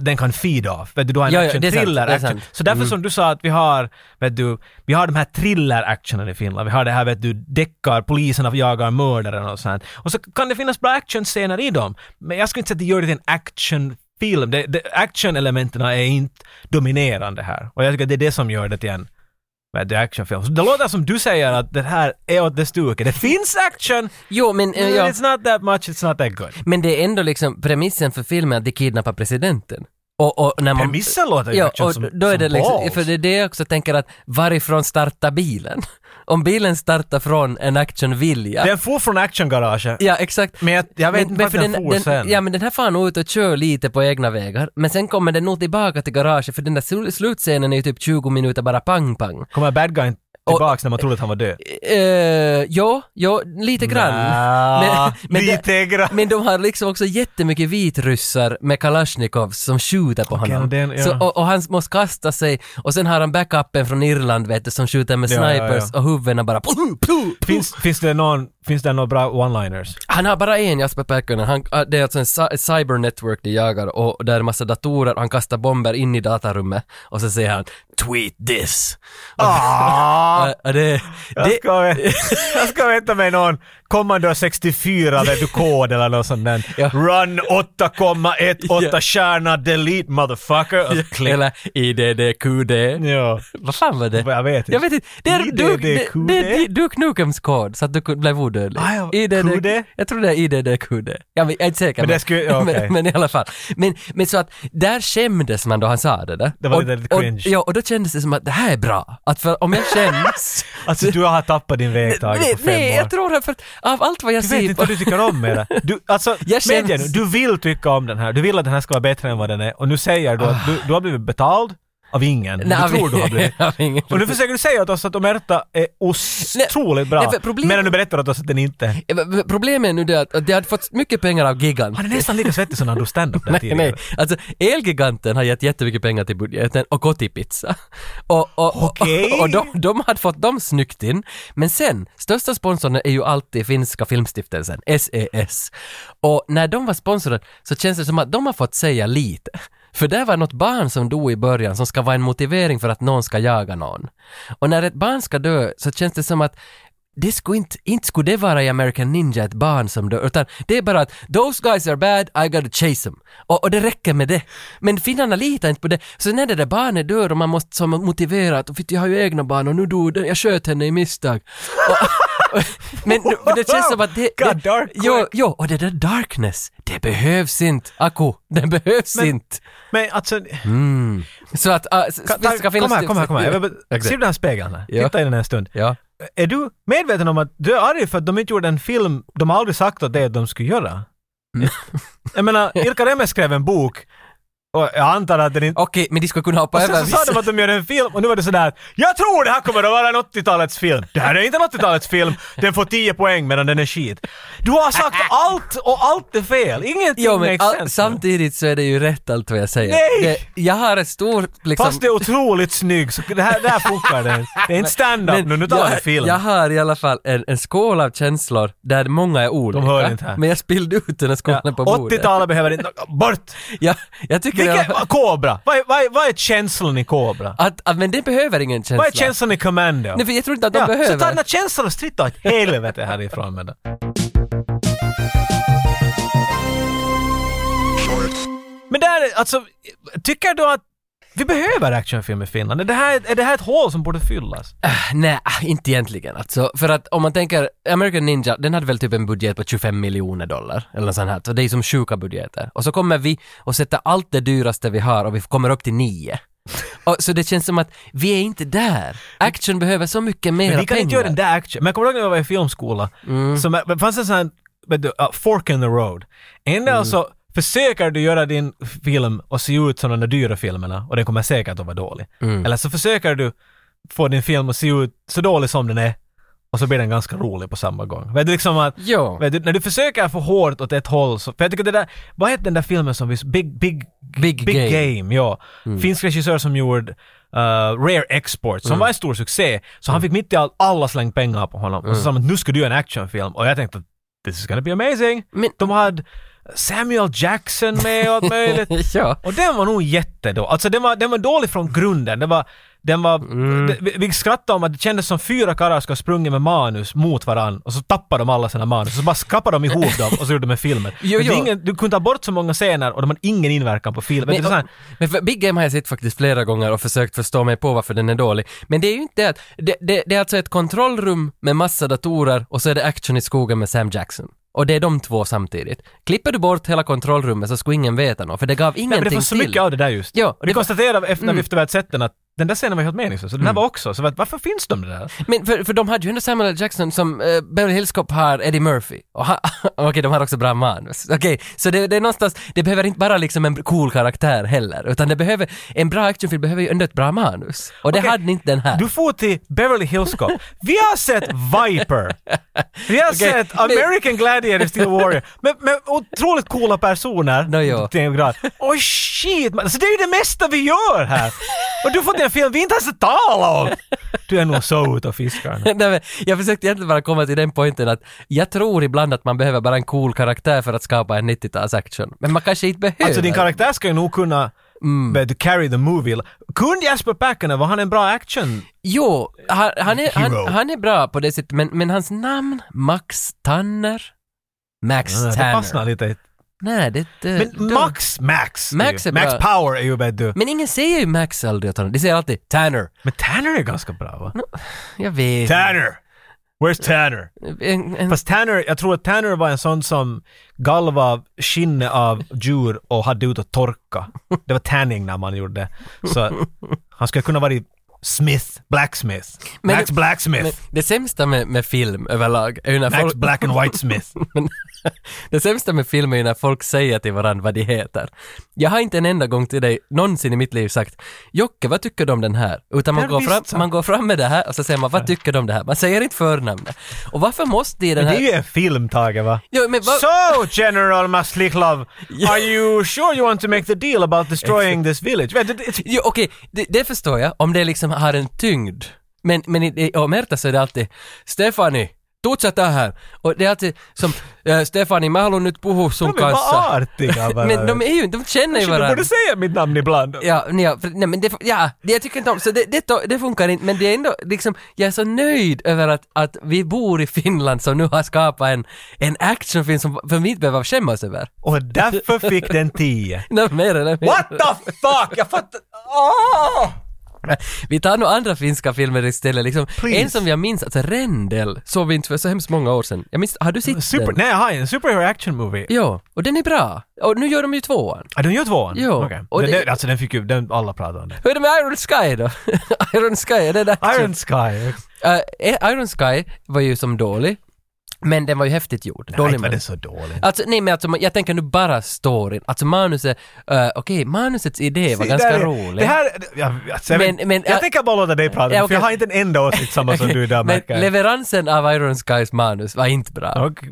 den kan feed av. Vet du, du har en Ja, ja, action det är sant, thriller. det är action. sant. Så därför Mm. som du sa att vi har, vet du, vi har de här thriller-actionen i Finland. Vi har det här, vet du, deckar, poliserna jagar mördaren och sånt. Och så kan det finnas bra actionscener i dem. Men jag skulle inte säga att det gör det till en actionfilm. Det, det, action-elementen är inte dominerande här. Och jag tycker att det är det som gör det till en vet du, actionfilm. Så det låter som du säger att det här är åt det stuket. Det finns action, Jo, men... eh, ja. it's not that much, it's not that good. Men det är ändå liksom premissen för filmen att de kidnappar presidenten. Och, och när man... Premissen låter Mm. ju Ja, action och som, då är som det liksom, balls. för det är det jag också tänker att varifrån startar bilen? Om bilen startar från en actionvilja. Den for från actiongaraget. Ja, exakt. Men jag- jag vet inte vart för den for sen. Ja, men den här far nog ut och kör lite på egna vägar. Men sen kommer den nog tillbaka till garaget för den där sl- slutscenen är ju typ 20 minuter bara pang-pang. Kommer bad guyn tillbaks när man trodde att han var död? Uh, ja, ja, lite grann. Nja, det- lite grann. men de har liksom också jättemycket vitryssar med kalasjnikovs som skjuter på honom. den- ja. så, och, och han måste kasta sig och sen har han backupen från Irland vet du som skjuter med Ja, ja, ja. snipers och huvudena bara pum, pum, pum. Finns, finns det någon, finns det någon bra one-liners? Han har bara en Jasper Pääkkönen, han, det är alltså en cy- cyber network de jagar och där är massa datorer och han kastar bomber in i datarummet och så säger han “tweet this”. Ah, Och, och det, jag, det, ska, vä- jag ska vänta mig någon Commodore 64 vet du kod eller något sånt där. Ja. Run 8,18 Ja. stjärna delete motherfucker. Och så klick. eller IDDQD. Ja. Vad fan var det? Jag vet inte. Jag vet inte. Det är IDDQD. Duke- det- det är Duke Nukems kod så att du kunde- blev odödlig. Ah, ja. IDD, Kude? Jag tror det är IDDQD. Jag vet- jag är inte säker. Men det skulle- ja, okej. men, men i alla fall. Men, men så att där skämdes man då han sa det där. Det var och, lite cringe. Och, ja, och då kändes det som att det här är bra. Att för om jag skäms... Alltså du har tappat din väg Tage nej, på fem nej, år. jag tror det för att av allt vad jag Du ser vet inte på- vad du tycker om med det. Du, alltså, Jag känns- medge nu, du vill tycka om den här. Du vill att den här ska vara bättre än vad den är. Och nu säger du att du, du har blivit betald av ingen. Nej, av- du tror du har blivit. av ingen- Och nu försöker du säga åt oss att Omerta är otroligt bra. nej, för problem- Medan du berättar åt oss att den inte är. Problemet är nu det att att de hade fått mycket pengar av Gigant. Han är nästan lika svettig som när du stand-up där Nej, tidigare. nej. Alltså, Elgiganten har gett jättemycket pengar till budgeten och gått i pizza. Och, och, och- Okej. och, och de, de hade fått dem snyggt in. Men sen, största sponsorn är ju alltid Finska Filmstiftelsen, SES. Och när de var sponsrade så känns det som att de har fått säga lite. För där var något barn som dog i början som ska vara en motivering för att någon ska jaga någon. Och när ett barn ska dö så känns det som att det skulle inte, inte skulle det vara i American Ninja ett barn som dör, utan det är bara att “those guys are bad, I gotta chase them” och, och det räcker med det. Men finnarna litar inte på det, så när det där barnet dör och man måste som motivera att “för jag har ju egna barn och nu dog den, jag sköt henne i misstag”. Och, och, men nu- men det känns som att det... God, det dark jo, quick. jo, och det där darkness, det behövs inte, Aku, det behövs Men- inte. Men alltså... Så att... Uh, Ka- ta, kom här, kom här, kom här. Jag vill bara- Ser du den här spegeln? här? Ja. Titta i den här en stund. Ja. Är du medveten om att du är arg för att de inte gjorde en film de har aldrig sagt åt dig att de skulle göra? Mm. Jag menar, Ilkka Remes skrev en bok och jag antar att den inte... Okej, men de skulle kunna hoppa Och över sen så sa de att de gör en film och nu är det sådär att jag tror det här kommer att vara en 80-talets film. Det här är inte en 80-talets film. Den får 10 poäng medan den är skit. Du har sagt allt och allt är fel. Ingenting Jo men makes all, sense. samtidigt så är det ju rätt allt vad jag säger. Nej! Det, jag har ett stor liksom... Fast det är otroligt snygg så det här, det här funkar det. Det är inte stand-up nu, nu talar vi jag, film. jag har i alla fall en, en skål av känslor där många är olika. De hör inte här. Men jag spillde ut den här skålen Ja, på bordet. 80-talet behöver inte... Bort! Jag, jag tycker i alla Vilka, fall vad- Kobra! Vad är, vad, är, vad är känslan i Kobra? att, att, men det behöver ingen känsla. Vad är känslan i Commando? Nej för jag tror inte att de ja, behöver. Så ta den här känslan och stritta åt helvete härifrån med det. Men där, alltså, tycker du att vi behöver actionfilm i Finland? Är det här, är det här ett hål som borde fyllas? Nej, ah, inte egentligen alltså. För att om man tänker, American Ninja, den hade väl typ en budget på 25 miljoner dollar eller något sånt här. Så det är som sjuka budgeter. Och så kommer vi och sätter allt det dyraste vi har och vi kommer upp till nio. Och, så det känns som att vi är inte där. Action behöver så mycket mer Men pengar. vi kan inte göra den där action. Men jag kommer ihåg när jag var i filmskola. Så man- det fanns en sån här, vet du, uh, fork in the road. Ändå så försöker du göra din film och se ut som de där dyra filmerna och den kommer säkert att vara dålig. Eller så försöker du få din film att se ut så dålig som den är och så blir den ganska rolig på samma gång. Vet du, liksom att, Jo. vet du, när du försöker för hårt åt ett håll så, för jag tycker det där, vad hette den där filmen som vi, s- Big, Big, Big Game. Mm. ja. Finsk regissör som gjorde eh, Rare Export, som var en stor succé. Så Mm. han fick mitt i allt, alla slängt pengar på honom. Och så sa man att nu ska du göra en actionfilm. Och jag tänkte att this is gonna be amazing. Men- De hade Samuel Jackson med och allt möjligt. ja. Och den var nog jättedålig. Alltså den var, den var dålig från grunden. Den var, den var, Mm. det- vi, vi skrattade om att det kändes som fyra karlar ska ha sprungit med manus mot varann och så tappade de alla sina manus. Så bara skrappade de ihop dem och så gjorde de en film. Jo, Men det är jo. Ingen, du kunde ta bort så många scener och de hade ingen inverkan på Men, filmen. Men, det är så här, men för Big Game har jag sett faktiskt flera gånger och försökt förstå mig på varför den är dålig. Men det är ju inte det att, det, det, det är alltså ett kontrollrum med massa datorer och så är det action i skogen med Sam Jackson. Och det är de två samtidigt. Klipper du bort hela kontrollrummet så skulle ingen veta något, för det gav nej, men ingenting det var så till. mycket av det där just. Ja, Mm. det och vi var- konstaterade efter när vi efter vi hade sett den att den där scenen var helt meningslös. Så den här Mm. var också. Så var- varför finns de där? Men för, för de hade ju ändå Samuel L. Jackson som eh, Beverly Hills Cop har Eddie Murphy. Och han- Okej, de har också bra manus. Okej, så det, det är någonstans, det behöver inte bara liksom en cool karaktär heller, utan det behöver, en bra actionfilm behöver ju ändå ett bra manus. Och det Okej. hade inte den här. Du får till Beverly Hills Cop. Vi har sett Viper. Vi har Okej, sett men- American Gladiator Steel Warrior. Med, med otroligt coola personer. Nå, ja. Till en grad. Oj shit, man. Så det är ju det mesta vi gör här. Och du får till en film vi inte ens har talat om. Du är nog så ute och fiskar nu. Nej, men jag försökte egentligen bara komma till den pointen att jag tror ibland att man behöver bara en cool karaktär för att skapa en 90-tals-action. Men man kanske inte behöver. Alltså din karaktär ska ju nog kunna Mm. vet du, carry the movie. Kunde Jasper Packerna, var han en bra action? Jo, han, han, är, Hero. han, han är bra på det sättet, men, men hans namn, Max Tanner? Max Ja, Eh, Det Tanner. fastnar lite. i- Nej, det, det, Men Max, Max. det Max ju- är Max bra. Power är ju vet du. Men ingen säger ju Max aldrig åt honom. De säger alltid Tanner. Men Tanner är ganska bra va? Jag vet. Tanner! Where's Tanner? En, en, Fast Tanner, jag tror att Tanner var en sån som galva skinne av djur och hade ut och torka. Det var tanning när man gjorde det. Så han skulle kunna vara Smith, Blacksmith. Men- Max Blacksmith. men det sämsta med, med film överlag är ju när folk... Max Black and White Smith. Men det sämsta med film är ju när folk säger till varandra vad de heter. Jag har inte en enda gång till dig någonsin i mitt liv sagt ”Jocke, vad tycker du om den här?” Utan man Jag går, visst fram, sa- man går fram med det här och så säger man ”Vad tycker du om det här?” Man säger inte förnamnet. Och varför måste i den Men det är här... ju en film, Tage, va? Jo, men vad- So, General Masliklov, are you sure you want to make the deal about destroying this village? Vet du, det- Jo, okej, det, det förstår jag, om det liksom har en tyngd. Men, men i, i Omerta så är det alltid ”Stefani, fortsätt det här!” Och det är alltid som eh, ”Stefani, mä haluan nyt puhua sun De är bara kanssa”. artiga bara. Men de är ju, de känner ju Shit, Du varandra. borde säga mitt namn ibland. Ja, nej, ja, för- nej men det, ja, det jag tycker inte om, så det, det, to- det funkar inte, men det är ändå liksom, jag är så nöjd över att, att vi bor i Finland som nu har skapat en, en actionfilm som för vi inte behöver skämmas över. Och därför fick den 10. Nej, mer eller mindre. What the fuck! Jag fattar... Ah! Åh! Vi tar nog andra finska filmer istället liksom. Please. En som jag minns, alltså Rendel, såg vi inte för så hemskt många år sedan. Jag minns, har du sett Super... den? Nej, jag har en superhero action movie. Ja, och den är bra. Och nu gör de ju tvåan. Ah, de gör tvåan? Jo. Okej. Och Den, det- den, alltså den fick ju... Den, alla pratade om det. Hur är det med Iron Sky då? Iron Sky, är det en action? Iron Sky. Eh, Iron Sky var ju som dålig, men den var ju häftigt gjord. Nej, dålig inte var men- den så dålig. Alltså, nej men alltså, jag tänker nu bara storyn. Alltså manuset, eh, okej, manusets idé var Se, ganska där är- rolig. Det här... Jag, alltså, jag, Men- vet- men- jag äh, tänker bara låta dig prata, ja, för okej. jag har inte en enda åsikt samma som du där men märker jag. leveransen av Iron Skys manus var inte bra. Och,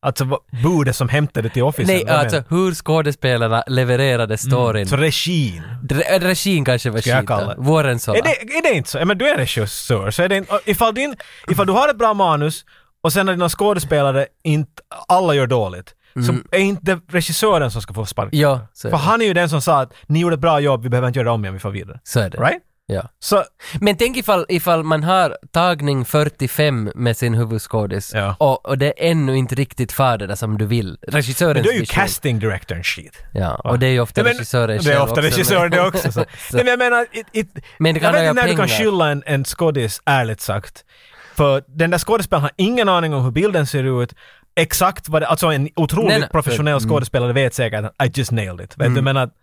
alltså vad- budet som hämtade till Office. Nej, eller vad alltså menar hur skådespelarna levererade storyn. du? Så regin. Dre- eh, Regin kanske var Ska jag skit då. kalla det? Vårensola. Är det, är det inte så? Ja, Men du är regissör, så är det inte... Ifall, din, ifall du har ett bra manus och sen när dina skådespelare inte... Alla gör dåligt. Så är inte det regissören som ska få sparken. Mm. Ja, så är För det. han är ju den som sa att ni gjorde ett bra jobb, vi behöver inte göra det om igen, vi får vidare. Så är det. Right? Ja. Så... Men tänk ifall, ifall man har tagning 45 med sin huvudskådis Ja. och, och det är ännu inte riktigt far det där som du vill. Regissören Men du är ju styr själv. casting directorn shit. Ja, och det är ju ofta Nej, men- regissören Det är själv ofta regissören det också. Så. Nej men jag menar, it, it, Men det kan jag vet röja inte när du kan pengar. skylla en, en skådis, ärligt sagt. För den där skådespelaren har ingen aning om hur bilden ser ut. Exakt vad det, alltså en otroligt Nej, Mm. nej. professionell skådespelare vet säkert att I just nailed it. Vet du, men att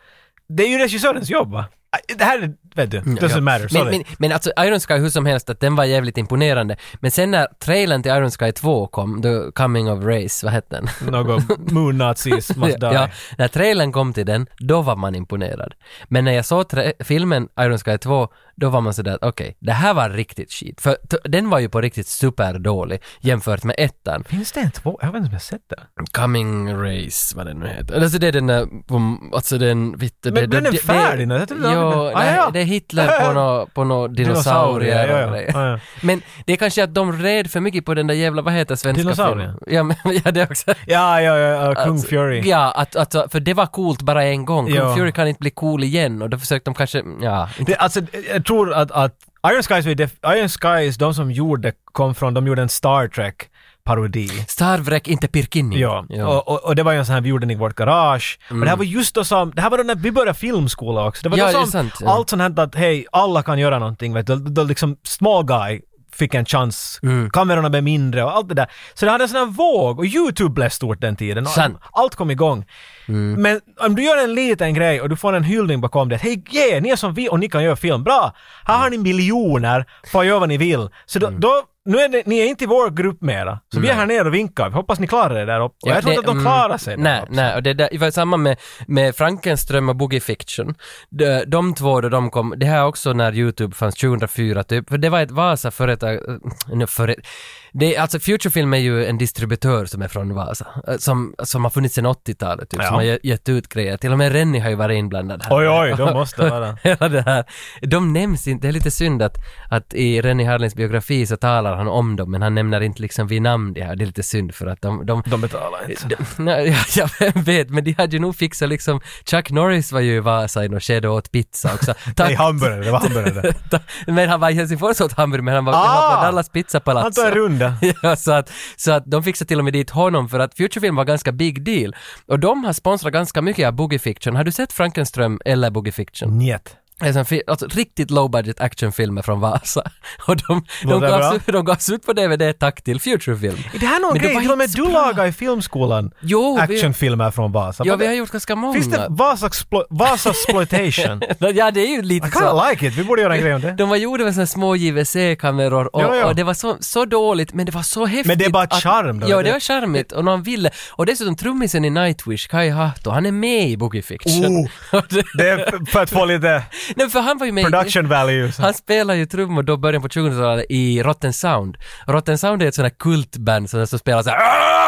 det är ju regissörens jobb va? Ah, Det här är, vet du, doesn't matter, sorry. Mm, Men, men, men alltså Iron Sky hur som helst, att den var jävligt imponerande. Men sen när trailern till Iron Sky 2 kom, The Coming of Race, vad hette den? Något moon nazis must die. ja, när trailern kom till den, då var man imponerad. Men när jag såg tra- filmen Iron Sky 2, då var man sådär att okej, det här var riktigt skit. För t- den var ju på riktigt superdålig jämfört med ettan. Finns det en två? Jag vet inte om jag har sett den. Coming Race, vad den nu heter. Alltså det är den där, mm, alltså den, vitt, det, Men- men den är färdig nu, jag trodde det var- Jo, Ah, nej, ja. det är Hitler på nå på nå dinosaurier och ja, ja. grejer. ja, ja. Men det är kanske att de red för mycket på den där jävla, vad heter svenska Dinosaurier. filmen? Ja, men, ja, det också. Ja, ja, ja, ja, Kung Alltså, Fury. Ja, att, att, för det var coolt bara en gång. Kung Ja. Fury kan inte bli cool igen och då försökte de kanske, ja. inte- Det, alltså, jag tror att, att Iron Skies, var ju def- Iron Skies, de som gjorde, kom från, de gjorde en Star Trek-parodi. Mm. Starvrek, inte Pirkinni. Ja, Och, och, och det var ju en sån här, vi gjorde den i vårt garage. Och det här var just då som, det här var då när vi började filmskola också. Det var Mm. Ja, då det är som sant, ja. allt sånt här att hej, alla kan göra någonting. Vet du. Då, då liksom small guy fick en chans, Mm. kamerorna blev mindre och allt det där. Så det hade en sån här våg och YouTube blev stort den tiden. Och Sant. Allt kom igång. Mm. Men om du gör en liten grej och du får en hyllning bakom det. Hej, yeah, ni är som vi och ni kan göra film. Bra! Här Mm. har ni miljoner, får göra vad ni vill. Så då, då nu är det, ni är inte i vår grupp mera. Så vi är här nere och vinkar. Vi hoppas ni klarar er där uppe. Och Ja, jag tror det- inte att de mm, klarar sig. där Nej, uppe. nej, och det, där, det var samma med, med Frankenström och Boogie Fiction. De, de två då de kom, det här också när YouTube fanns 2004 typ, för det var ett Vasa företag, nu före, det, är- alltså Futurefilm är ju en distributör som är från Vasa, eh, som, som har funnits sedan 80-talet typ, Ja. som har ge- gett ut grejer. Till och med Rennie har ju varit inblandad här. Oj, oj, de måste vara. Hela det här. De nämns inte, det är lite synd att, att i Rennie Harlins biografi så talar han om dem, men han nämner inte liksom vid namn det här. Det är lite synd för att de, de, De betalar inte. Nej, ja, jag vem vet, men de hade ju nog fixat liksom, Chuck Norris var ju i Vasa i något skede och åt pizza också. Tack. Nej, hamburgare. Det var hamburgare. Ta- men han var i Helsingfors och åt hamburgare, men han var, Ah! han var på Dallas Han tar pizzapalazzo. en runda. Ja, så, att, så att de fixade till och med dit honom för att Futurefilm var ganska big Mm. deal. Och de har sponsrat ganska mycket av Boogie Fiction. Har du sett Frankenström eller Boogie Fiction? Njet. Det är sån fi- Alltså, riktigt low budget actionfilmer från Vasa. Och de, de, det gavs, bra? ut- de gavs ut på DVD, tack till Futurefilm. Är det här någon Men det grej? var Till och med inte du så bra. lagar i filmskolan Jo, vi, actionfilmer från Vasa. ja, Vad vi det- har gjort ganska många. Finns det Vasa-exploitation? Ja, det är ju I lite så. kinda like it, vi borde göra en grej om det. De var gjorda med såna små JVC-kameror och, Ja, ja. och det var så, så dåligt men det var så häftigt. Men det är bara att- charm då, Ja, det- det var charmigt och någon ville. Och dessutom trummisen i Nightwish, Kai Hatto, han är med i Boogie Fiction. Oh, Och det- det är f- för att få lite Nej, för han var ju med i- production value. så. Han spelar ju trummor då början på 2000-talet i Rotten Sound. Rotten Sound är ett sånt här kultband som som spelar så här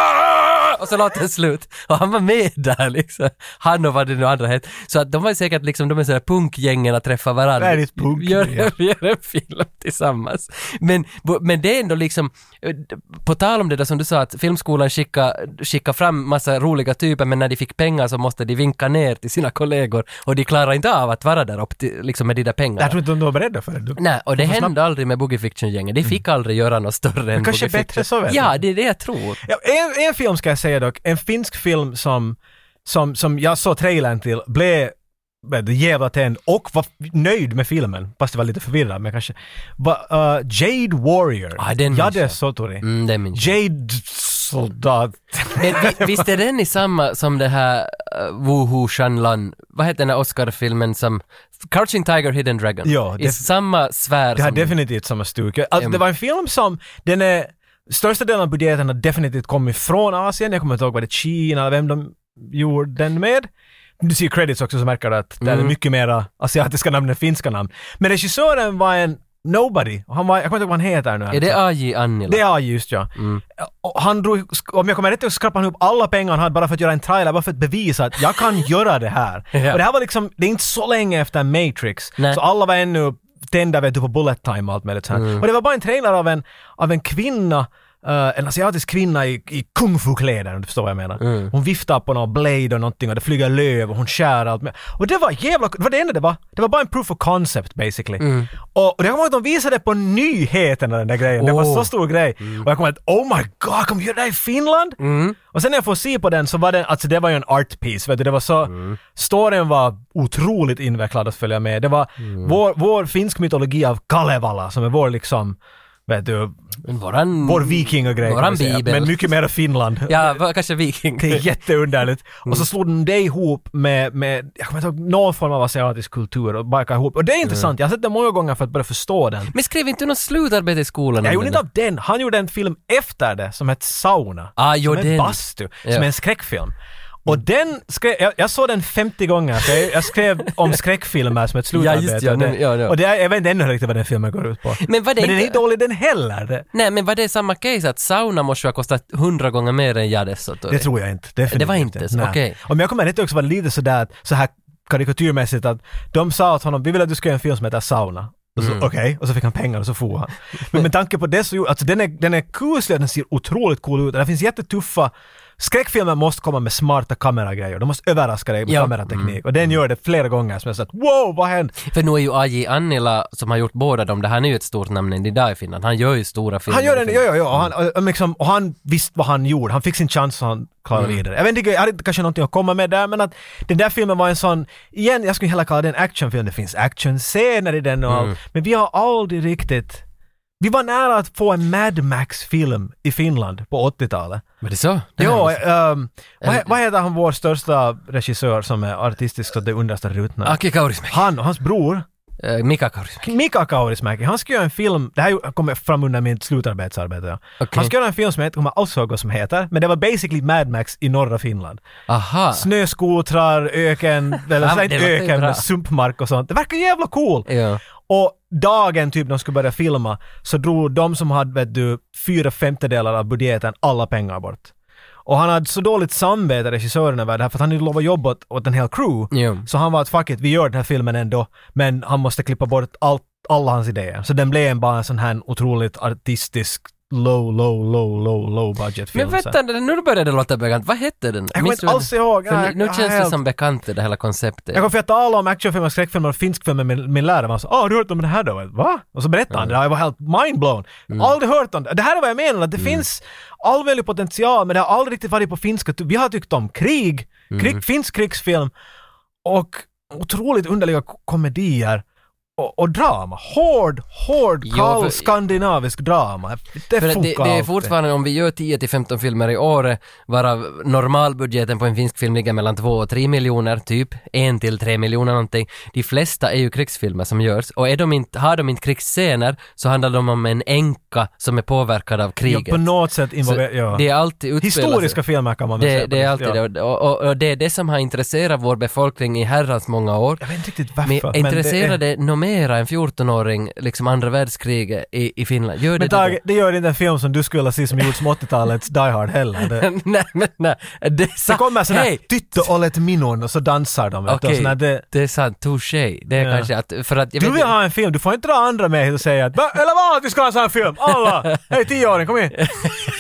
och så låter det slut. Och han var med där liksom. Han och vad det nu andra hette. Så att de var ju säkert liksom, de är sådär punkgängen att träffa varandra. Det här är ett punk, ja. Gör, gör en film tillsammans. Men, bo- men det är ändå liksom, eh, på tal om det där som du sa att filmskolan skickade skicka fram massa roliga typer men när de fick pengar så måste de vinka ner till sina kollegor och de klarar inte av att vara där upp till, liksom med de där pengarna. Jag tror inte de var beredda för det. Nej, och det hände aldrig med Boogie Fiction-gänget. De fick aldrig göra något större än Mm. kanske Boogie bättre Fiction. så väl? Ja, det är det jag tror. Ja, en, en film ska jag säga dock, en finsk film som, som, som jag såg trailern till, blev vet du, jävla tänd och var f- nöjd med filmen, fast det var lite förvirrad men kanske, var uh, Jade Warrior. Ah, den ja, minns det jag. så tog det. Mm, det minns jag. Jade soldat. Men vi, visst är den i samma som det här uh, Wuhu Shanlan, vad heter den här Oscar-filmen som Crouching Tiger Hidden Dragon? Ja, I det- samma sfär Det har som... definitivt samma stuk. Alltså, Mm. det var en film som, den är, största delen av budgeten har definitivt kommit från Asien. Jag kommer inte ihåg vad det Kina eller vem de gjorde den med. Du ser credits också så märker du att det är Mm. mycket mera asiatiska namn än finska namn. Men regissören var en nobody. Och Han var, jag kommer inte ihåg vad han heter nu. Är det A.J. Annila? Det är just ja. Mm. Och han drog, om jag kommer rätt ihåg, skrapade han ihop alla pengar han hade bara för att göra en trailer, bara för att bevisa att jag kan göra det här. Ja. Och det här var liksom, det är inte så länge efter Matrix, Nej. så alla var ännu tända vet du, på bullet time och allt möjligt sånt. Mm. Och det var bara en trailer av en, av en kvinna eh, en asiatisk kvinna i, i kung fu-kläder, om du förstår vad jag menar. Mm. Hon viftar på någon blade och någonting och det flyger löv och hon skär allt med. Och det var jävla... Det var det enda det var. Det var bara en proof of concept basically. Mm. Och, och jag kommer ihåg att de visade på nyheterna den där grejen. Det var Åh. Mm. så stor grej. Och jag kommer att oh my god, kommer göra det här i Finland? Och sen när jag får se på den så var den, alltså det var ju en art piece, vet du, det var så, Mm. storyn var otroligt invecklad att följa med. Det var Mm. vår, vår finsk mytologi av Kalevala som är vår liksom, vet du, Men Våran... vår vikingagrej kan Mm. Våran vi säga. bibel. Men mycket mer Finland. Ja, Mm. va- kanske viking. Det är jätteunderligt. Och så slog de det ihop med, med jag kommer inte ihåg, någon form av asiatisk kultur och barkade ihop. Och Mm. det är intressant, jag har sett det många gånger för att börja förstå den. Men skrev inte du något slutarbete i skolan? Jag om gjorde den? inte av den, han gjorde en film efter det som hette Sauna. Ah, jo, som är den. en bastu, som Ja. är en skräckfilm. Och den skrev, jag, jag såg den 50 gånger, för jag, jag skrev om skräckfilmer som ett Ja, slutarbete. just ja, och det, nu- ja, ja. Och det, jag vet inte ännu riktigt vad den filmen går ut på. Men var det den är inte- inte dålig den heller. Det, Nej, men var det samma case att sauna måste ju ha kostat hundra gånger mer än Jades Det tror jag inte. Definitivt Det var inte så, nej. okej. Och men jag kommer rätt också var det lite sådär, att- så här karikatyrmässigt att de sa åt honom, vi vill att du ska göra en film som heter Sauna. Och Mm. så, Okej, och så fick han pengar och så for han. Men med tanke på det så, gjorde- alltså den är, den är kuslig och den ser otroligt cool ut. Det finns jättetuffa, skräckfilmer måste komma med smarta kameragrejer. De måste överraska dig med Ja. Mm. kamerateknik. Och den gör det flera gånger som jag sagt, wow, vad hände? För nu är ju A.J. Annila, som har gjort båda dem, det han är ju ett stort namn än idag i Finland. Han gör ju stora filmer. Han gör den, i ja, Finland. ja, ja. Och han, och, och, liksom, och han visste vad han gjorde. Han fick sin chans och han klarade vidare. Jag vet inte, jag hade inte kanske någonting att komma med där, men att den där filmen var en sån, igen, jag skulle hellre kalla den actionfilm. Det finns actionscener i den och allt, men vi har aldrig riktigt vi var nära att få en Mad Max-film i Finland på 80-talet. Var det så? Det Jo, här- ehm, vad, he- vad heter han vår största regissör som är artistisk så det understa rutorna? Aki Kaurismäki. Han och hans bror Eh, Mika Kaurismäki. Mika Kaurismäki, han ska göra en film, det här kommer fram under mitt slutarbetsarbete. Ja. Okej. Han ska göra en film som heter, kommer alls ihåg vad som heter, men det var basically Mad Max i norra Finland. Aha. Snöskotrar, öken, eller Ah. Ja, så men inte det Eh. låter ju öken, bra. men sumpmark och sånt. Det verkar jävla cool! Ja. Och dagen typ de skulle börja filma så drog de som hade vet du, fyra femtedelar av budgeten alla pengar bort. Och han hade så dåligt samvete, regissören, över det här för att han hade lovat jobb åt, åt en hel crew. Jo. Så han var att fuck it, vi gör den här filmen ändå men han måste klippa bort allt, alla hans idéer. Så den blev en bara en sån här otroligt artistisk low, low, low, low, low budget film. Men Så. vänta, nu börjar det låta bekant. Vad hette den? Jag kommer Minns du inte vad alls den- ihåg. För Nej, nu jag- känns det helt- som bekant det hela konceptet. Jag kommer för att tala om actionfilmer, skräckfilmer och finskfilmer med min lärare. Han sa ”Ah, har du hört om det här då?” Jag, Va? Och så berättade han det. Jag var helt mindblown. Mm. Aldrig hört om det. Det här är vad jag menar, att det finns allvarlig potential men det Mm. har aldrig riktigt varit på finska. Vi har tyckt om krig, krig finsk krigsfilm och otroligt underliga k- komedier och, och drama. Hård, hård, Jo, kall för- skandinavisk drama. Det För funkar att det, det är alltid. fortfarande, om vi gör 10-15 filmer i året, varav normalbudgeten på en finsk film ligger mellan 2 och 3 miljoner, typ 1 till 3 miljoner någonting. De flesta är ju krigsfilmer som görs, och är de inte, har de inte krigsscener så handlar de om en änka som är påverkad av Ja, kriget. på något sätt Så involverat. Ja. Det är alltid utspelar sig- Historiska filmer kan man väl det, säga. på det är sättet, alltid ja. det. Och, och, och det är det som har intresserat vår befolkning i herrans många år. Jag vet inte riktigt varför. Men men det är- intresserade det nå mera en 14-åring, liksom andra världskriget i, i Finland? Gör Men det Tage, det gör inte en film som du skulle vilja se som gjorts med 80-talets Die Hard heller. Det, nej, men nej. Det är sant. det kommer sån här Hej! ”Tyttö olet minun” och så dansar de. vet du, och Okej. sån här, det, Det är sant, touché. Det är Ja. kanske att, för att jag du vet vill ha en film, du får inte dra andra med hit och säga att "Va, ”Eller vad, att vi ska ha en sån här film, alla! Hej tioåring, kom in!”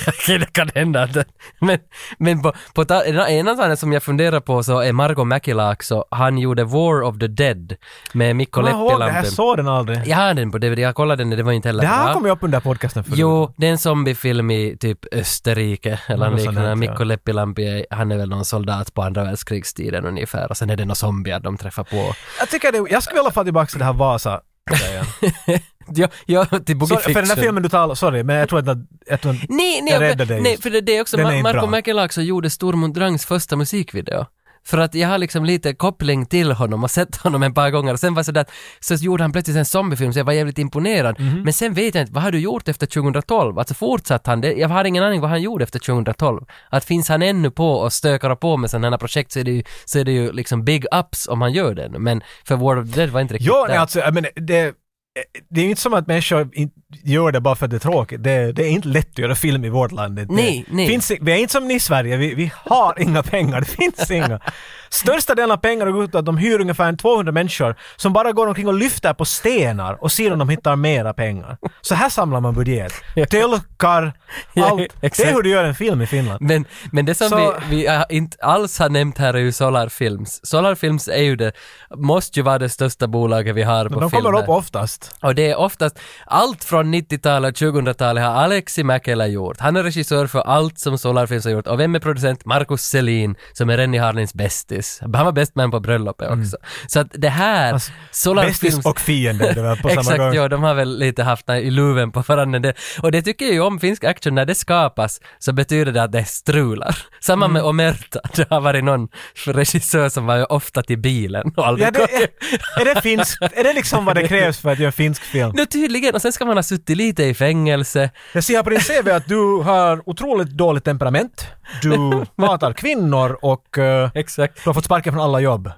Okej, det kan hända. att det- Men, men på, på ta, en, en annan som jag funderar på så är Margot Mäkilaakso, han gjorde War of the Dead med Mikko Kommer jag ihåg det här, Leppilampi. såg den aldrig. Jag har den på DVD, jag kollade den, det var inte heller Det här bra. kom ju upp under podcasten förut. Jo, det är en zombiefilm i typ Österrike eller Ja, något liknande. sånt, ja. Mikko Leppilampi, är- han är väl någon soldat på andra världskrigstiden ungefär och sen är det några zombier de träffar på. Jag tycker det, jag skulle vilja få tillbaka till det här Vasa. Ja, ja till Boogie Så, för den här Fiction. filmen du talar sorry, men jag tror inte att... Jag tror inte, Nej, nej, Jag men- räddar dig nej just. för det, det är också Den är Ma- inte Marco bra. Mäkelakso gjorde Stormund Drangs första musikvideo. För att jag har liksom lite koppling till honom och sett honom en par gånger. Och sen var det sådär, att- så gjorde han plötsligt en zombiefilm så jag var jävligt imponerad. Mhm. Men sen vet jag inte, vad har du gjort efter 2012? Alltså fortsatt han det? Jag har ingen aning vad han gjorde efter 2012. Att finns han ännu på och stökar på med sådana här projekt så är, det ju, så är det ju liksom big ups om han gör det. nu. Men för World of the Dead var inte riktigt jo, där. nej, alltså, jag menar, det, det är ju inte som att människor in, gör det bara för att det är tråkigt. Det, det är inte lätt att göra film i vårt land. Det, Nej, det, nej. Finns, vi är inte som ni i Sverige, vi, vi har inga pengar. Det finns inga. Största delen av pengarna går ut på att de hyr ungefär 200 människor som bara går omkring och lyfter på stenar och ser om de hittar mera pengar. Så här samlar man budget. Tölkar, Ja, allt. Det exakt. är hur du gör en film i Finland. Men, men det som Så- vi, vi har inte alls har nämnt här är ju Solar Films. Solar Films är ju det, måste ju vara det största bolaget vi har på De filmer. kommer upp oftast. Och det är oftast, allt från 90-talet och 2000-talet har Alexi Mäkelä gjort. Han är regissör för allt som Solar Films har gjort. Och vem är producent? Markus Selin, som är Rennie Harlins bästis. Han var bäst man på bröllopet också. Så att det här, Mm. Alltså, Solar Bästis Films... och fiende, det var på samma Exakt, gång. ja, de har väl lite haft i luven på varandra. Det, och det tycker jag ju om finsk action, när det skapas så betyder det att det strular. Samma Mm. med Omerta, det har varit någon regissör som var ju ofta till bilen och aldrig Ja, det är, är det finskt? Är det liksom vad det krävs för att göra finsk film? Nu tydligen, och sen ska man ha suttit lite i fängelse. Jag ser här på din CV att du har otroligt dåligt temperament. Du hatar kvinnor och eh, Exakt. du har fått sparken från alla jobb.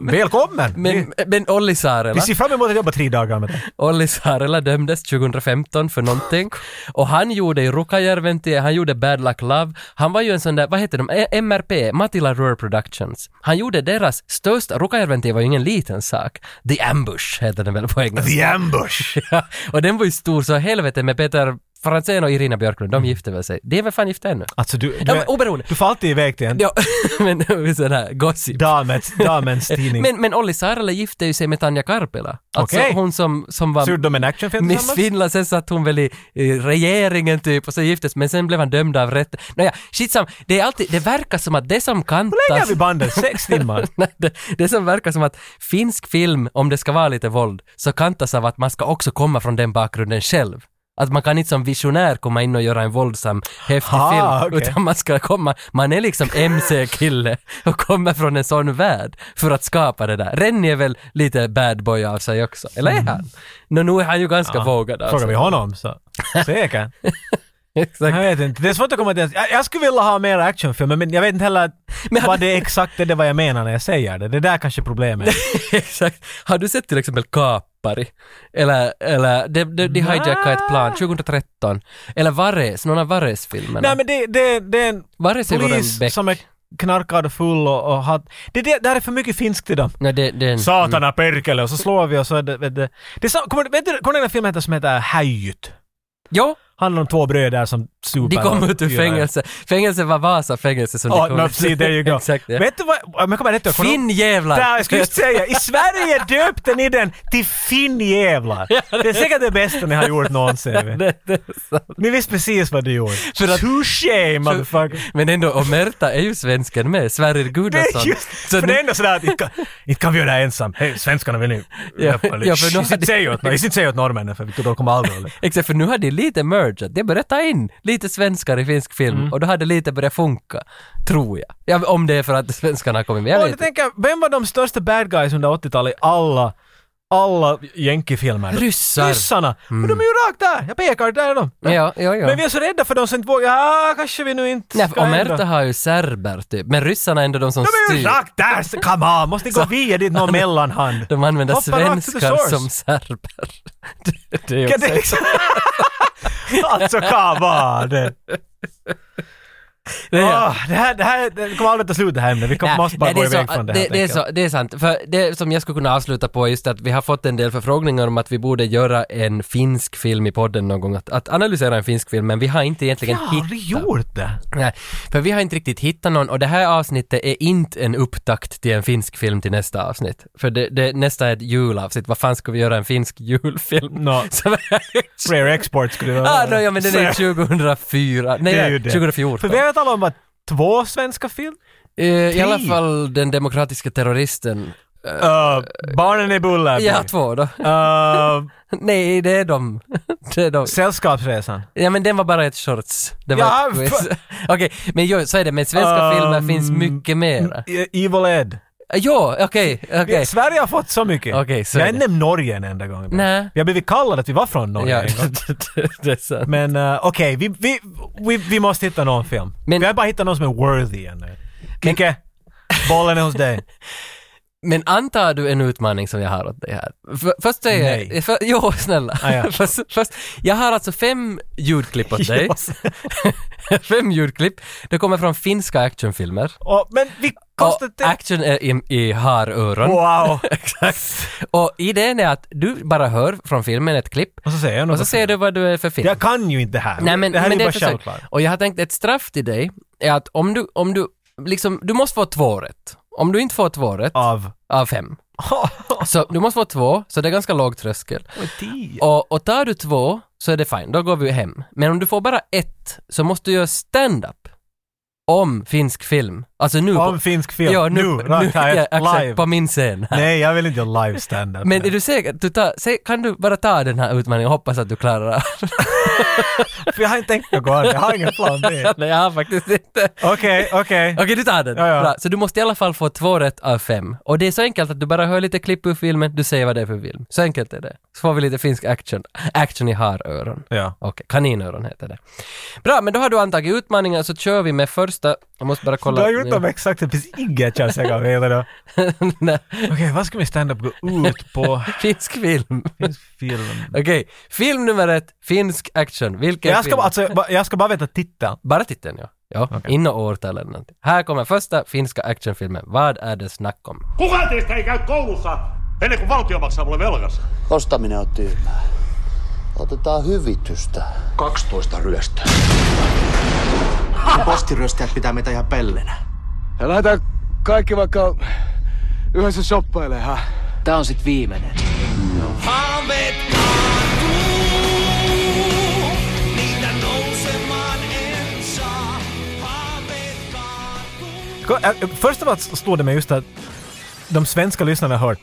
Välkommen! vi, Men, men Olli Saarela, vi ser fram emot att jobba tre dagar med dig. Olli Saarela dömdes 2015 för någonting. Och han gjorde i Rukajärventie, han gjorde Bad Luck Love. Han var ju en sån där, vad heter de, E- MRP, Mattila Rur Productions. Han gjorde deras största, Rukajärventie var ju ingen liten sak. The Ambush heter den väl på engelska. The ambush! Ja, och den var ju stor så helvete med Peter Franzén och Irina Björklund, de gifte väl sig. De är väl fan gifta ännu? Alltså du, du, Ja, är, men oberoende. du får alltid iväg till en Ja, men sån här gossip. damens, damens tidning. Men, men Olli Saarela gifte ju sig med Tanja Karpela. Alltså Okej. hon som, som Så var gjorde de en actionfilm Miss tillsammans? Finland, sen satt hon väl i, i regeringen typ och så giftes men sen blev han dömd av rätten. Nåja, skitsam. Det är alltid, det verkar som att det som kantas... Hur länge har vi bandet? Sex timmar? Nej, det, det som verkar som att finsk film, om det ska vara lite våld, så kantas av att man ska också komma från den bakgrunden själv. Att man kan inte som visionär komma in och göra en våldsam, häftig Ah, film, okej. utan man ska komma, man är liksom MC-kille och kommer från en sån värld för att skapa det där. Rennie är väl lite bad boy av sig också, eller är han? Nå, nu är han ju ganska vågad alltså. Mm. Frågar vi honom så. Säkert. Exakt. Jag vet inte. Det är svårt att komma till... Jag, jag skulle vilja ha mer actionfilmer men jag vet inte heller Men- vad det är exakt är det vad jag menar när jag säger det. Det där kanske är problemet. Exakt. Har du sett till exempel Kapari? Eller, eller de, de, de hijackade ett plan 2013. Eller Vares, någon av Nej Vares-filmerna. men det, det, det är en Vares är våran polis bäck. som är knarkad och full och, och har... Det, det, det här är för mycket finskt i dem. Nej, det, det är en... Satana Mm. perkele och så slår vi och så är det... Vet det, det är så, kommer, du- vet du, kommer du ihåg den här filmen heter- som heter Häjyt? Jo, Handlar om två bröder som super... De kom ut ur Ja, ja. fängelse. Fängelse var Vasa fängelse som Ja, de kom no, ut see, there you go. Exakt, ja. Vet du vad, om jag kommer rätt ihåg- Finnjävlar! Där, jag skulle just säga, i Sverige döpte ni den till Finnjävlar. Det är säkert det bästa ni har gjort någonsin. vet du. Det- det är sant. Ni visste precis vad du gjorde. För att- Touché motherfucker! Men ändå, och Märta är ju svensken med, Sverrir Det Guðnason. är just, Så för nu- det är ändå sådär att inte kan, inte kan vi göra det här ensam. Hej, svenskarna vill nu... Ja, ja, för nu Shh, hade- Inte säg åt, inte säg åt norrmännen för då kommer aldrig hålla. Exakt, för nu hade de lite mergat. De började ta in lite svenskar i finsk film Mm. och då hade det lite börjat funka. Tror jag. Ja, om det är för att svenskarna har kommit med. Jag Och vet jag inte. tänker, vem var de största bad guys under 80-talet i alla, alla jänkefilmer? Ryssar. Ryssarna! Men de är ju rakt där! Jag pekar, där är de. Ja, ja, ja. Men vi är så rädda för de som inte vågar. Ja, kanske vi nu inte Nej, ska och ändra. Märta har ju serber typ. Men ryssarna är ändå de som De är ju styr. rakt där! så Come on! Måste ni gå via dit någon mellanhand? De använder Hoppa rakt to the svenskar source. som serber. Det, det är Kan det också- liksom- alltså, come on! det är- Åh, det, här, det, här, det kommer aldrig ta slut det här ämnet. Vi kommer, Nej, måste bara nej, gå det är Ah, iväg så, från det här. det, det, är tänker jag. så, det är sant. För det som jag skulle kunna avsluta på är just att vi har fått en del förfrågningar om att vi borde göra en finsk film i podden någon gång. Att, att analysera en finsk film, men vi har inte egentligen Jag har aldrig gjort det. Nej, för vi har inte riktigt hittat någon och det här avsnittet är inte en upptakt till en finsk film till nästa avsnitt. För det, det, nästa är ett julavsnitt, vad fan ska vi göra en finsk julfilm? Nå. Så vi har ju- Rare export skulle jag ah, no, ja, men den är ju 2004, nej, Det är ju nej det. 2014. För vi har ju talat om bara två svenska film. Eh, I alla Tre. fall den demokratiska terroristen. Uh, barnen i Bullerby. Eh, Ja, två då. Uh, Nej, det är de. Det är de. Sällskapsresan. Ja, men den var bara ett shorts. Det var Ja, ett quiz. Okej, men jo, så är det. Men svenska Um, filmer finns mycket mer. E- Evil Ed. Jo, okej, okej. Sverige har fått så mycket. Okej, så jag är har det. inte nämnt Norge en enda gång. Nej. Vi har blivit kallade att vi var från Norge Ja, en gång. det, det är sant. Men uh, okej, vi, vi, vi, vi måste hitta någon film. Men- vi har bara hittat någon som är worthy ännu. Micke, bollen är hos dig. Men antar du en utmaning som jag har åt dig här? För, först säger Nej. jag... För, jo, snälla. Ah, ja. först, först, jag har alltså fem ljudklipp åt dig. fem ljudklipp. Det kommer från finska actionfilmer. Och, men vi Och konstaterar... action är i, i haröron. Wow! Exakt. Och idén är att du bara hör från filmen ett klipp Och så säger jag något. och så säger du vad du är för film. Jag kan ju inte det här. Nej, men, det här men är ju bara ett försök. självklart. Och jag har tänkt ett straff till dig är att om du, om du, liksom, du måste få två rätt. Om du inte får två rätt Av... av fem. Så du måste få två, så det är ganska låg tröskel. Och, och tar du två så är det fine, då går vi hem. Men om du får bara ett så måste du göra stand-up om finsk film. Alltså nu. Om finsk film. ja, nu, nu, rakt här, ja, exakt, live. på min scen. här. Nej, jag vill inte göra live stand-up. Men är du säker? Du tar, sä, kan du bara ta den här utmaningen och hoppas att du klarar det? För jag har inte tänkt något annat. Jag har ingen plan B. Nej, jag har faktiskt inte. Okej, okej. Okej, du tar den. Ja, ja. Bra. Så du måste i alla fall få två rätt av fem. Och det är så enkelt att du bara hör lite klipp ur filmen, du säger vad det är för film. Så enkelt är det. Så får vi lite finsk action. Action i haröron. Ja. Okej, kaninöron heter det. Bra, men då har du antagit utmaningar så kör vi med första. Jag måste bara Du kolla. har gjort dem exakt, det finns inget chans jag kan veta det. Nej, Okej, vad ska min stand-up gå ut på? finsk film. Finns film? Okej, film nummer ett, finsk action. Vilken Jag ska, film? bara- alltså, ba- jag ska bara veta titeln. Bara titeln ja. Ja, in och årtal eller någonting. Här kommer första finska actionfilmen. Vad är det snack om? Kukaan teistä ei käy koulussa ennen kuin valtio maksaa mulle velkansa. Ostaminen on tyhmää. Otetaan hyvitystä. 12 ryöstöä. Ja postiryöstäjät pitää meitä ihan pellenä. Ja lähdetään kaikki vaikka yhdessä shoppailee, hä? Tää on sit viimeinen. Ko- äh, Först av allt slog det mig just att de svenska lyssnarna har hört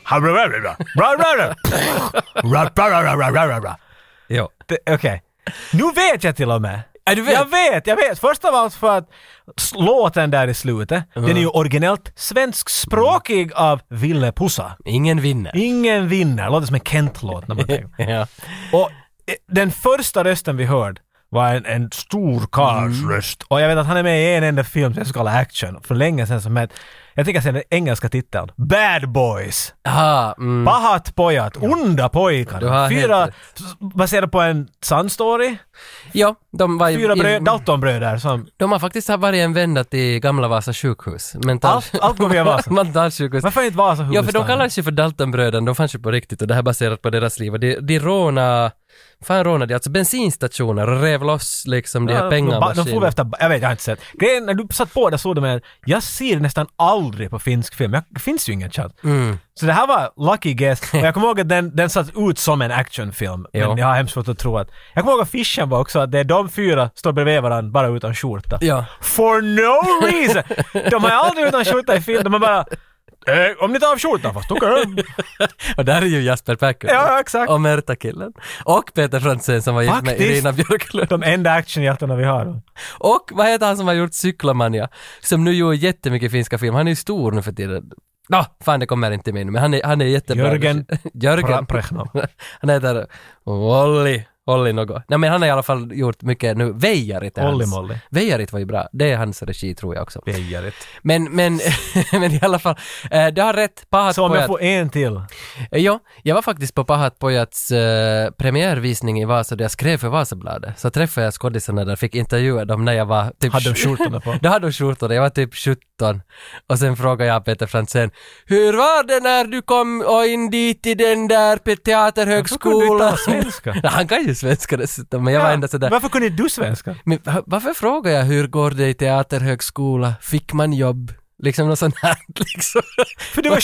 Ja. Det- Okej. Nu vet jag till och med. Ja, du vet. Jag vet, jag vet. Först av allt för att s- låten där i slutet, den är ju originellt svenskspråkig av Ville Pussa. Ingen vinner. Ingen vinner. Låter som en Kent-låt när man tänker. Ja. Och eh, den första rösten vi hörde var en, en Mm. stor karls röst. Och jag vet att han är med i en enda film, den så kallad Action, för länge sedan som hette... Jag tänker säga den engelska titeln. Bad Boys. Ah, mm. Pahat pojat. Onda Du har pojkar. helt Fyra, rätt. s- baserat på en sann story. Ja, de var ju- Fyra brö- i- Daltonbröder som... De har faktiskt varit en vända till Gamla Vasa sjukhus. Mental, Allt- allt går via Vasa. Mentalsjukhus. Varför inte Vasa Ja, för de huvudstaden? kallades ju för Daltonbröderna, de fanns ju på riktigt och det här är baserat på deras liv. Och De, de rånade, fan rånade de, alltså bensinstationer och rev loss liksom de här Ja, ba- De får pengamaskinerna. väl efter... Jag vet, jag har inte sett. Grejen när du satt på det såg du med jag ser nästan aldrig på finsk film. Jag, det finns ju ingen chans. Så det här var lucky guess. Och jag kommer ihåg att den, den satt ut som en actionfilm. Ja. Men jag har hemskt svårt att tro att... Jag kommer ihåg att fischen var också att det är de fyra står bredvid varandra bara utan skjorta. Ja. For no reason! De är aldrig utan skjorta i film. De är bara... Eh, om ni tar av skjortan fast, okej. Och där är ju Jasper Päckkunen. Ja, exakt. Och Märta-killen. Och Peter Frantzén som var gift med Faktiskt. Irina Björklund. De enda actionhjältarna vi har. Och vad heter han som har gjort Cyklamania? Som nu gör jättemycket finska film. Han är ju stor nu för tiden. Nå, fan det kommer inte med nu, men han är, han är jättebra. Jörgen Jörgen. Pra- Prechno. han heter Olli. Olli något. Nej men han har i alla fall gjort mycket nu. Vejarit är Olli hans. Molli. Vejarit var ju bra. Det är hans regi tror jag också. Bejarigt. Men, men, men i alla fall. eh, Du har rätt. Pahat Så om pojat. jag får en till. Eh, Ja, jag var faktiskt på Pahat Pojats eh, premiärvisning i Vasa där jag skrev för Vasabladet. Så träffade jag skådisarna där, fick intervjua dem när jag var typ... Hade de skjortorna på? Då hade de skjortorna, jag var typ 17. Och sen frågade jag Peter Frantzén, hur var det när du kom och in dit i den där pe- Varför kunde du inte teaterhögskolan? tala svenska? Han kan ju svenska dessutom, men jag var ändå sådär. Varför kunde inte du svenska? Men va- varför frågar jag hur går det i teaterhögskola? Fick man jobb? Liksom något sånt här liksom. För du var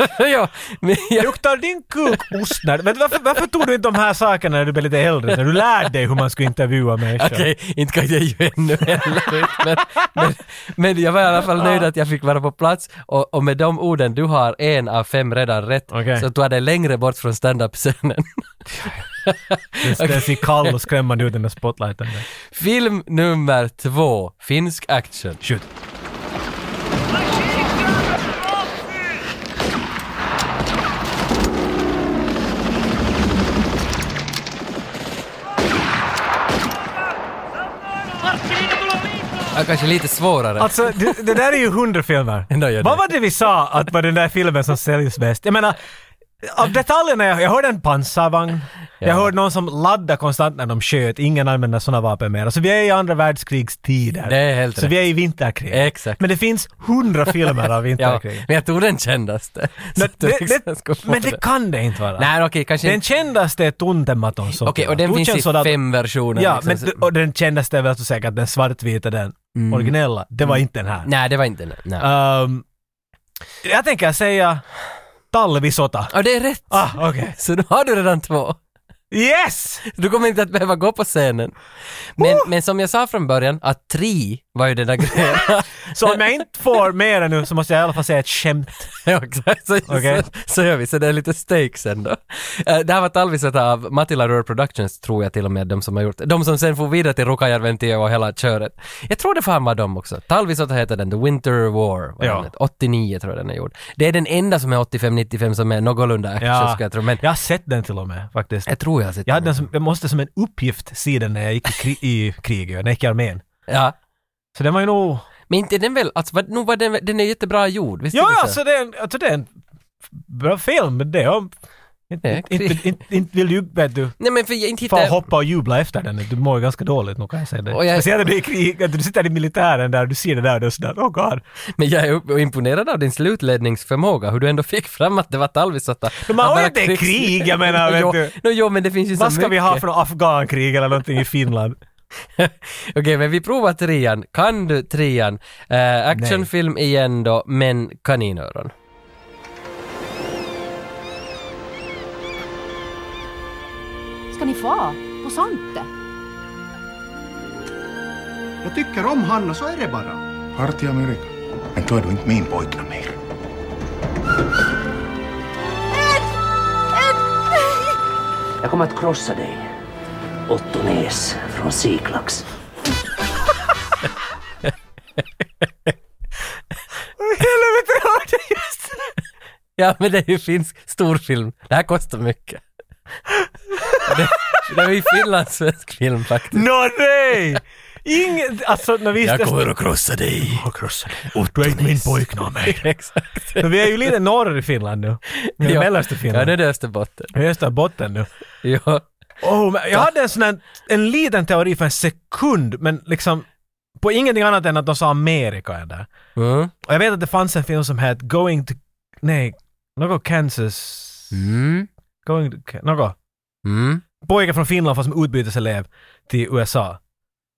17! ja, men jag, Luktar din kuk ostnöd? Men varför, varför tog du inte de här sakerna när du blev lite äldre? När du lärde dig hur man skulle intervjua människor? Okej, inte kan jag ju ännu heller. Men, men, men jag var i alla fall nöjd att jag fick vara på plats och, och med de orden, du har en av fem redan rätt. Okej. Så du är dig längre bort från stand-up-scenen. Det- Det ser kall och skrämmande ut den där spotlighten där. Film nummer två, finsk action. Shoot. Ja, kanske lite svårare. Alltså, det, det där är ju hundra filmer. Ändå gör det. Vad var det vi sa att var den där filmen som säljs bäst? Jag menar, av detaljerna, jag, jag hörde en pansarvagn. Jag hörde någon som laddade konstant när de sköt. Ingen använder sådana vapen mer. Så vi är i andra världskrigstider. Det är helt Så rätt. vi är i vinterkrig. Exakt. Men det finns hundra filmer av Ja, vinterkrig. men jag tog den kändaste. Så Men, att du det, liksom ska det, få men det kan det inte vara. Nej, okej, kanske Den inte. kändaste är Tuntematon Sotina. Okej, och den finns i Tuntematon- fem versioner. Ja, liksom, men så- Mm. d- och den kändaste är väl så säkert den svartvita, den originella. Det var inte den här. Nej, det var inte den. Nej. Ehm, jag tänker säga Talvisota. Ja, det är rätt. Ah, okej. Så nu har du redan två. Yes! Du kommer inte att behöva gå på scenen. Men, men som jag sa från början, att tri var ju den där grejen. Så om jag inte får mer än nu så måste jag i alla fall säga ett skämt. Ja, exakt. så, Okej. så, så gör vi, så det är lite stakes ändå. Eh, det här var Talvisat av Mattila Rör Productions, tror jag till och med, de som har gjort De som sen får vidare till Rukajärventio och hela köret. Jag tror det fan var de också. Talvisat heter den, The Winter War. Var Ja. den, 89 tror jag den är gjord. Det är den enda som är 85-95 som är någorlunda action, Ja. ska jag tro. Men Jag har sett den till och med faktiskt. jag tror jag har sett den. Jag, hade den som, jag måste som en uppgift se den när jag gick i, kri- i kriget, när jag gick i armén. Ja. Så den var ju nog... Men inte den väl, alltså vad- nu var den, den är jättebra gjord, visst Ja, är det så? alltså det är en, alltså, det är en bra film. men Det är om... Det är Inte, inte, inte, inte vill ju, vet du, Nej men för jag inte fan hittar... hoppa och jubla efter den. Du mår ju ganska dåligt nu kan jag säga det. Och jag- Speciellt när du är i krig, att du sitter i militären där och du ser det där och du är sådär, oh god. Men jag är upp- imponerad av din slutledningsförmåga, hur du ändå fick fram att det var Talvisotta. Men man Han har bara ju inte krigs- krig, jag menar, vet jo, du. no, jo, men det finns ju så Vad ska mycket. vi ha för något afghankrig eller någonting i Finland? Okej, men vi provar trean. Kan du trean? Eh, actionfilm igen då, men kaninöron. Ska ni få? På Svante? Jag tycker om Hanna, så är det bara. Parti Amerika. Men då är du inte min pojke mer. Jag kommer att krossa dig. Otto Nes från Siklax. Helvete, jag hörde just Ja, men det är ju finsk storfilm. Det här kostar mycket. det, det är ju finlandssvensk film faktiskt. Nå nej! Inget, alltså när vi... Jag kommer att krossa dig. att krossa dig. Du är inte min pojknamn. Exakt. Men vi är ju lite norr i Finland nu. Vi är i Ja. mellersta Ja, Finland. det är det Österbotten. Vi är i Österbotten nu. Ja. Oh, men jag hade en sån här, en liten teori för en sekund, men liksom på ingenting annat än att de sa Amerika är där. Mm. Och jag vet att det fanns en film som hette Going to... Nej, något Kansas... Mm. Going to... Ka- Något. Mm. Pojke från Finland fast som utbyteselev till USA.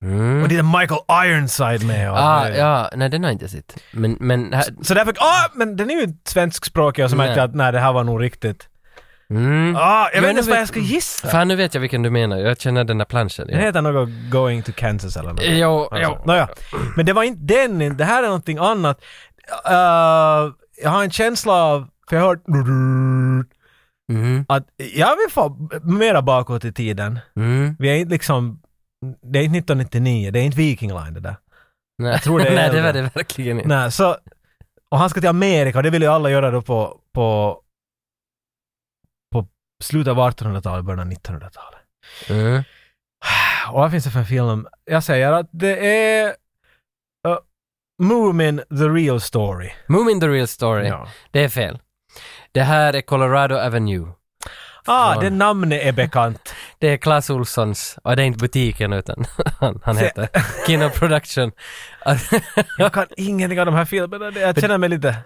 Mm. Och det är Michael Ironside med och Ah, ja, nej den har jag inte sett. Men, men här, Så därför, ah, men den är ju svenskspråkig och så märkte Nej. jag att nej det här var nog riktigt. mm. Ah, Men jag vet inte ens nu vad vet- jag ska gissa. Fan, nu vet jag vilken du menar. Jag känner den där planschen. Den Ja. heter något Going to Kansas eller något. Jo, Alltså. jo. Nåja, men det var inte den, det här är någonting annat. Eh, jag har en känsla av, för jag har hört Mm. att jag vill få mera bakåt i tiden. Mm. Vi är inte liksom, det är inte 1999, det är inte Viking Line det där. Nej. tror det är nej, det var äldre. det verkligen inte. Nej, så, och han ska till Amerika och det vill ju alla göra då på, på, på slutet av 1800-talet, början av 1900-talet. Mm. Och vad finns det för en film? Jag säger att det är uh, Moomin The Real Story. Moomin the real story. Det är fel. Det här är Colorado Avenue. Ah, Från- det namnet är bekant. Det är Clas Olssons, och det är inte butiken utan han, han Se- heter Kino Production. Jag kan ingenting av de här filmerna. Det- Jag känner mig lite...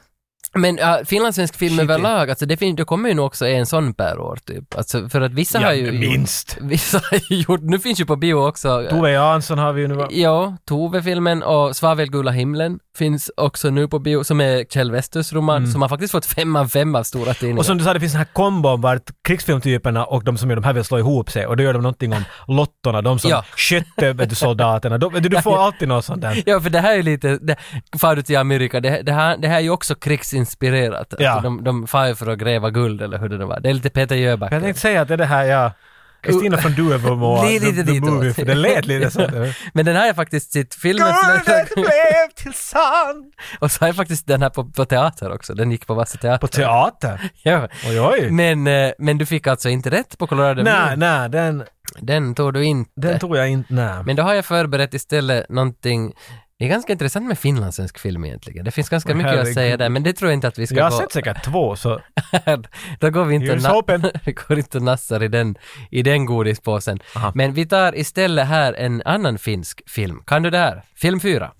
Men uh, finlandssvensk film Shitty. överlag, alltså det, fin- det kommer ju nog också en sån per år typ. Alltså, för att vissa har ju... minst. Vissa har ju gjort, nu finns ju på bio också. Tove Jansson har vi ju nu. va? Ja, Tove-filmen och Svavelgula himlen finns också nu på bio, som är Kjell Westös roman, som har faktiskt fått fem av fem av stora tidningar. Mm. Och som du sa, det finns den här kombon vart krigsfilmtyperna och de som gör de här vill slå ihop sig och då gör de någonting om lottorna, de som Ja. skötte vet du, soldaterna. De, vet du, du får alltid något sånt där. Ja, för det här är ju lite, det, far du till Amerika, det, det, här, det här är ju också krigsinspirerat. Ja. Alltså, de, de far ju för att gräva guld eller hur det nu var. Det är lite Peter Jöback. Jag tänkte säga att det är det här, ja, Kristina från Duvemoa, Det är lite the, the dit movie, åt. för det lät lite så. Men den här har jag faktiskt sett filmen Guldet blev till sand! och så har jag faktiskt den här på, på teater också. Den gick på Vasa teater. På teater? ja. Oj, oj. men, eh, men du fick alltså inte rätt på Colorado Nej, Blue. nej, den, Den tog du inte. den tror jag inte, nej. Men då har jag förberett istället någonting det är ganska intressant med finlandssvensk film egentligen. Det finns ganska Men mycket att herregud. säga där, men det tror jag inte att vi ska Jag har gå... sett säkert två, så Då går vi inte here's na- open. vi går inte och nassar i den, i den godispåsen. Aha. Men vi tar istället här en annan finsk film. Kan du det här? Film 4.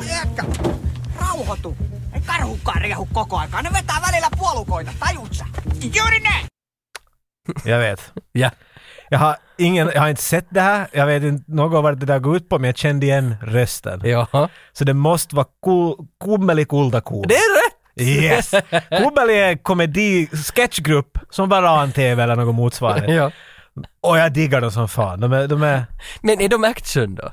Miekka, rauhoitu. Ei karhukaan riahu koko aikaa. Ne vetää välillä puolukoita, tajut sä? Juuri näin! jag vet. Ja. Jag har, ingen, jag har inte sett det här, jag vet inte något vad det där går ut på, men jag kände igen rösten. Ja. Så det måste vara kul, Kummeli Kultakuul. Det är rätt! Yes! Kummeli är en komedi-sketchgrupp som Varan-TV eller något motsvarande. Ja. Och jag diggar dem som fan. De är... De är Men är de action då?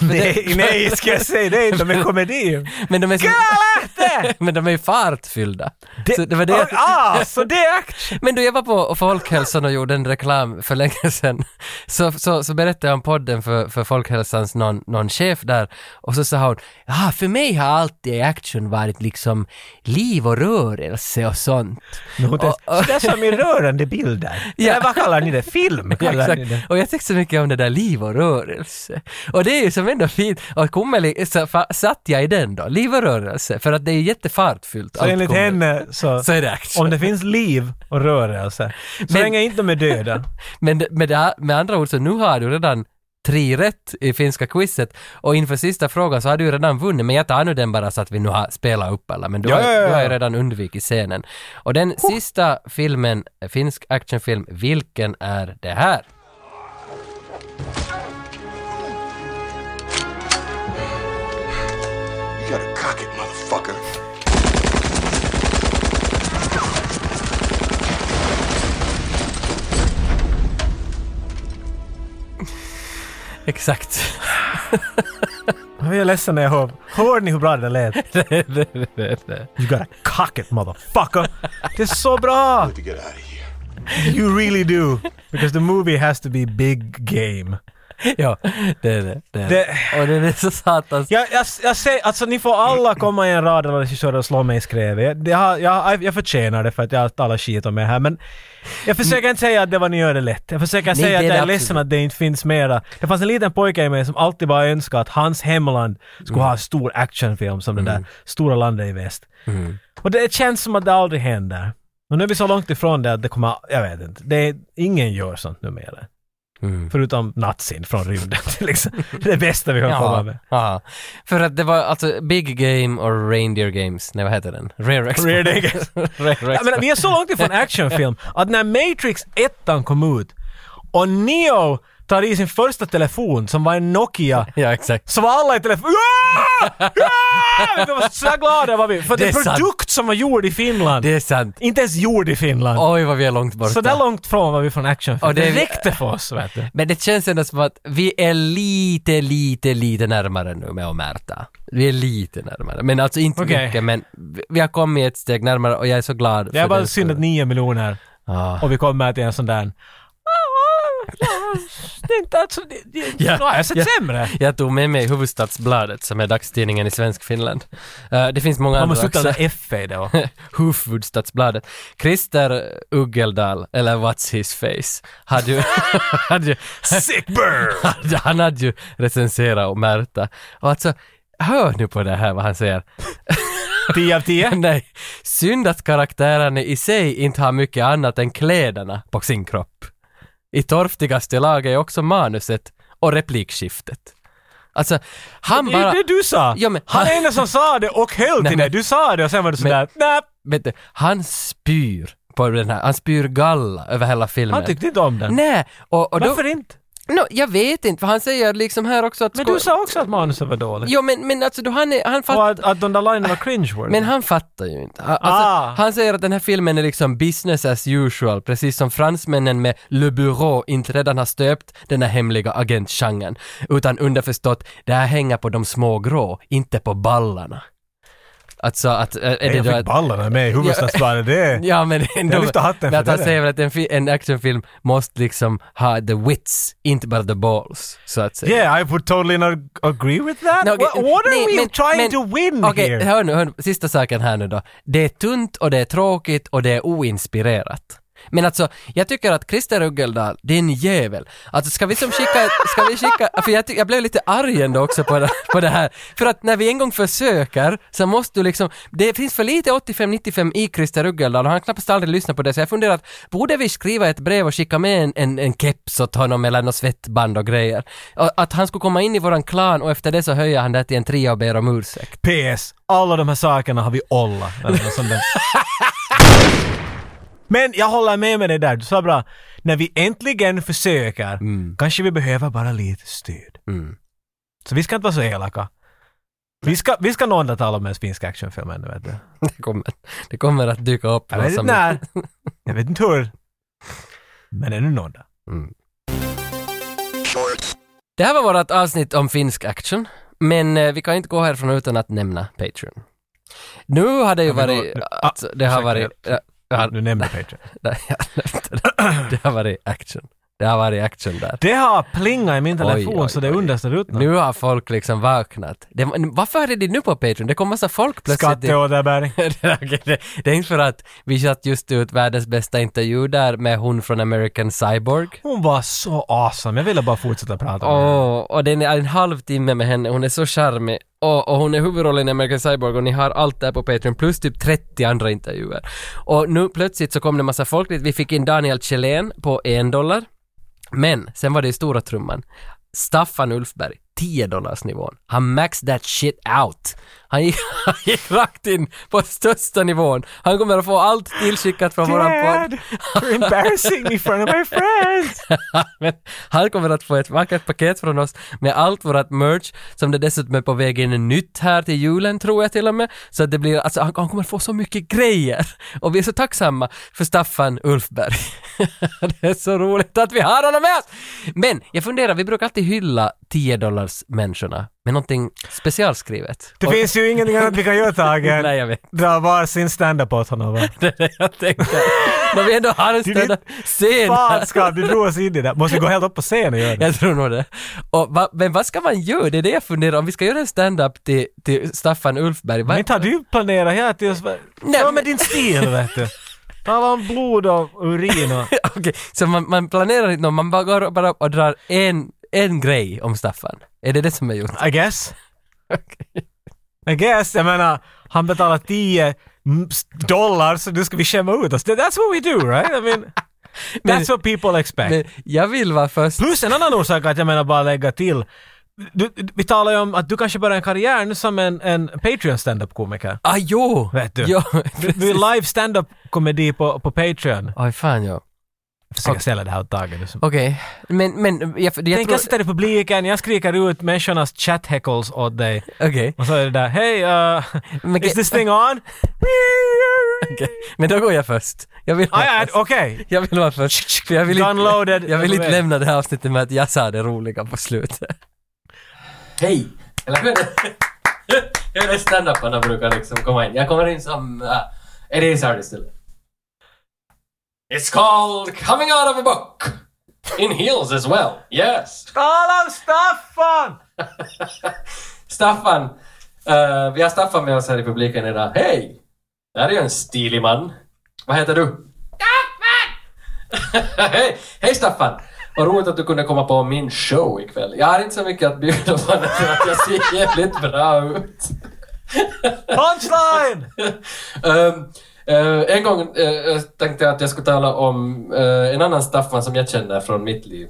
nej, nej, ska jag säga det? De är komedi. Men de är så... Galate! Men de är ju fartfyllda. Så det var det jag- Ah, så det är action! Men du, jag var på Folkhälsan och gjorde en reklam för länge sedan. Så, så, så berättade jag om podden för, för Folkhälsans någon, någon chef där och så sa hon, ja för mig har alltid action varit liksom liv och rörelse och sånt. Hon tänkte, Så där som i rörande bilder. Ja. Eller vad kallar ni det? Film Ja, kallar ni exakt. det. Och jag tyckte så mycket om det där liv och rörelse. Och det är ju som ändå fint. Och Kummeli, så fa- satt jag i den då, liv och rörelse, för att det är jättefartfyllt. Så allt enligt Kummeli. henne så... så är det action. Om det finns liv och rörelse, så Men- länge inte de är döda. Men det- med, det här, med andra ord så nu har du redan tre rätt i finska quizet och inför sista frågan så har du ju redan vunnit men jag tar nu den bara så att vi nu har spelat upp alla men du, Ja, har, ja, ja, du har ju ja. redan undvikit scenen. Och den sista filmen, finsk actionfilm, vilken är det här? You gotta cock it, motherfucker. Exakt. Jag är ledsen när jag hör. Hör ni hur bra det där lät? You gotta cock it motherfucker! Det är så bra! To get out of here. You really do! Because the movie has to be big game. ja, det är det. det, är det. Det- Och den är så satans... Jag, jag, jag säger, alltså ni får Mm. alla komma i en rad eller så och slå mig i skrevet. Jag, det har- jag, jag förtjänar det för att jag talar skit om er här men jag försöker inte säga att det var ni gör det lätt. Jag försöker Mm. Nej, säga det att är jag det är ledsen absolut. att det inte finns mera. Det fanns en liten pojke i mig som alltid bara önskade att hans hemland skulle Mm. ha en stor actionfilm som det där stora landet i väst. Mm. Och det känns som att det aldrig händer. Och nu är vi så långt ifrån det att det kommer, jag vet inte, det är, ingen gör sånt numera. Mm. Förutom nazin från rymden till exempel. Det är det bästa vi har komma med. Ja, ja. För att det var alltså Big Game och Reindeer Games. Nej, vad heter den? Rare Export. Rear Naked. Rare Jag menar, Export. vi är så långt ifrån actionfilm att när Matrix 1 kom ut och Neo tar i sin första telefon som var en Nokia Ja, exakt. så var alla i telefonen De var så glada var vi. För det Det är en är sant. produkt som var gjord i Finland. Det är sant. Inte ens gjord i Finland. Oj, vad vi är långt borta. så där långt från var vi från actionfilm. Och Det, det- räckte för oss vet du. Men det känns ändå som att vi är lite, lite, lite närmare nu med Omerta. Vi är lite närmare. Men alltså inte Okej. mycket, men vi- vi har kommit ett steg närmare och jag är så glad. Det är bara synd att 9 miljoner Ja. och vi kommer till en sån där... Det är inte alltså... det- det- Nu har jag sett Ja. sämre. Jag tog med mig Hufvudstadsbladet som är dagstidningen i svensk Finland. Eh, det finns många Man andra måste sluta också. med F i då. Hufvudstadsbladet. Christer Uggeldal, eller What's His Face, hade ju... hade ju Sick burn! hade- han hade ju recenserat och Märta. Och alltså, hör nu på det här vad han säger. 10 av 10? Nej, synd att karaktärerna i sig inte har mycket annat än kläderna på sin kropp. I torftigaste laget är också manuset och replikskiftet. Alltså, han Det är bara... det du sa! Ja, men- han är den som sa det och höll Nej, till det. men- Du sa det och sen var du sådär nej. Vet du, han spyr på den här, han spyr galla över hela filmen. Han tyckte inte om den. Nej, och, och då, Varför inte? no, jag vet inte, för han säger liksom här också att... Men sko- du sa också att manuset var dåligt. Jo men, men alltså då han, är, han Och fattar... att, att de där linerna var cringe Men han fattar ju inte. Ha- Alltså, Ah. Han säger att den här filmen är liksom business as usual, precis som fransmännen med Le Bureau inte redan har stöpt den här hemliga agentgenren, utan underförstått, det här hänger på de små grå, inte på ballarna. Alltså att... eh, Är det då att- ballarna med i huvudstadsbladet, Det är... Ja men ändå. lyfter men hatten för att han det. säger väl att en, fi- en actionfilm måste liksom ha the wits, inte bara the balls, så att säga. Yeah, I would totally not agree with that. No, okej, Wha- What are nej, we men- trying men- to win Okej, here? hör nu, hör nu, sista saken här nu då. Det är tunt och det är tråkigt och det är oinspirerat. Men alltså, jag tycker att Christer Uggeldal, din jävel. Alltså ska vi som skicka, ska vi skicka, för jag, ty- jag blev lite arg ändå också på det, på det här. För att när vi en gång försöker så måste du liksom, det finns för lite 85-95 i Christer Uggeldal och han har knappast aldrig lyssnat på det så jag funderar att borde vi skriva ett brev och skicka med en, en, en keps åt honom eller något svettband och grejer. Och att han skulle komma in i våran klan och efter det så höjer han det till en trea och ber om ursäkt. PS. Alla de här sakerna har vi olla. Eller något sånt där. Men jag håller med med dig där, du sa bra. När vi äntligen försöker, kanske vi behöver bara lite stöd. Mm. Så vi ska inte vara så elaka. Vi ska, vi ska någon dag tala om en finsk actionfilm ännu vet du. Det kommer, det kommer att dyka upp. Jag någon vet inte som- när. Jag vet inte hur. Men ännu någon dag. Shorts. Det här var vårt avsnitt om finsk action, men eh, vi kan inte gå härifrån utan att nämna Patreon. Nu har det ju Ja, men varit, då- nu- ah, alltså, det har ursäkta, varit, ja, ja, Du nämnde Patreon. nej, jag nämnde det. det har varit action. Det har varit action där. Det har plingat i min Oj, telefon oj, så det oj. understöd ut Nu har folk liksom vaknat. Det, varför är det nu på Patreon? Det kom massa folk plötsligt. Skatteåterbäring. Okej, det, det är inte för att vi satt just ut världens bästa intervju där med hon från American Cyborg. Hon var så awesome. Jag ville bara fortsätta prata med henne. Åh, och den är en halvtimme med henne, hon är så charmig. Och, och hon är huvudrollen i American Cyborg och ni har allt där på Patreon plus typ 30 andra intervjuer. Och nu plötsligt så kom det massa folk dit, vi fick in Daniel Kjellén på en dollar. Men sen var det i stora trumman. Staffan Ulfberg, 10 dollars nivån. Han maxed that shit out. Han gick, han gick rakt in på största nivån. Han kommer att få allt tillskickat från våran podd. Dad, you're embarrassing me in front of my friends! Men han kommer att få ett vackert paket från oss med allt vårt merch som det dessutom är på väg in nytt här till julen tror jag till och med. Så att det blir, alltså han, han kommer få så mycket grejer. Och vi är så tacksamma för Staffan Ulfberg. det är så roligt att vi har honom med oss! Men jag funderar, vi brukar alltid hylla 10 månadsmänniskorna med någonting specialskrivet. Det Och- finns ju ingenting annat vi kan göra Tage. Nej, jag vet. Dra varsin stand-up åt honom. va? Det är det jag tänkte. När vi ändå har en Det är stand-up scen Fan här. ska du drog oss in i det. Måste vi gå helt upp på scen och göra det? Jag tror nog det. Och va, men vad ska man göra? Det är det jag funderar om. Vi ska göra en stand-up till, till Staffan Ulfberg. Va? Men inte har du planerat här till oss? Nej, Kom men- med din stil vet du. Tala om blod och urin och... Okej, så man, man planerar inte någon, man bara går och, bara och drar en, en grej om Staffan. Är det det som är gjort? I guess. I guess, jag menar, han betalar 10 m- dollar så nu ska vi skämma ut oss. That- That's what we do right? I mean, Men- that's what people expect. Men jag vill vara först. Plus en annan orsak att jag menar bara lägga till. Du, du- vi talar ju om att du kanske börjar en karriär nu som en, en Patreon stand-up komiker. Ah, jo! Vet du. Ja, Du, du precis. är live stand-up komedi på, på Patreon. Oj, fan ja. Jag försöker sälja det här åt Tage. liksom. Okej, men, men jag, jag Tänk tror... jag sitter i publiken, jag skriker ut människornas chat-heckles åt dig. Okej. Och så är det där, hej, uh, Men- is this thing on? Okej, Men då går jag först. Jag vill Ah, vara ja, först. Okej, Jag vill vara först. För jag vill inte, Downloaded. jag vill inte Jag vet. lämna det här avsnittet med att jag sa det roliga på slutet. Hej! Eller hur är det? Hur är det standuparna brukar liksom komma in? Jag kommer in som... Uh, är det så här det ställer? It's called coming out of a book! In heels as well, yes! Tala om Staffan! Staffan! eh, vi har Staffan med oss här i publiken idag. Hej! Det här är ju en stilig man. Vad heter du? Staffan! Hej! Hej Staffan! Vad roligt att du kunde komma på min show ikväll. Jag har inte så mycket att bjuda på annat än att jag ser jävligt bra ut. Punchline! Ehm, eh, en gång eh, tänkte jag att jag skulle tala om eh, en annan Staffan som jag känner från mitt liv.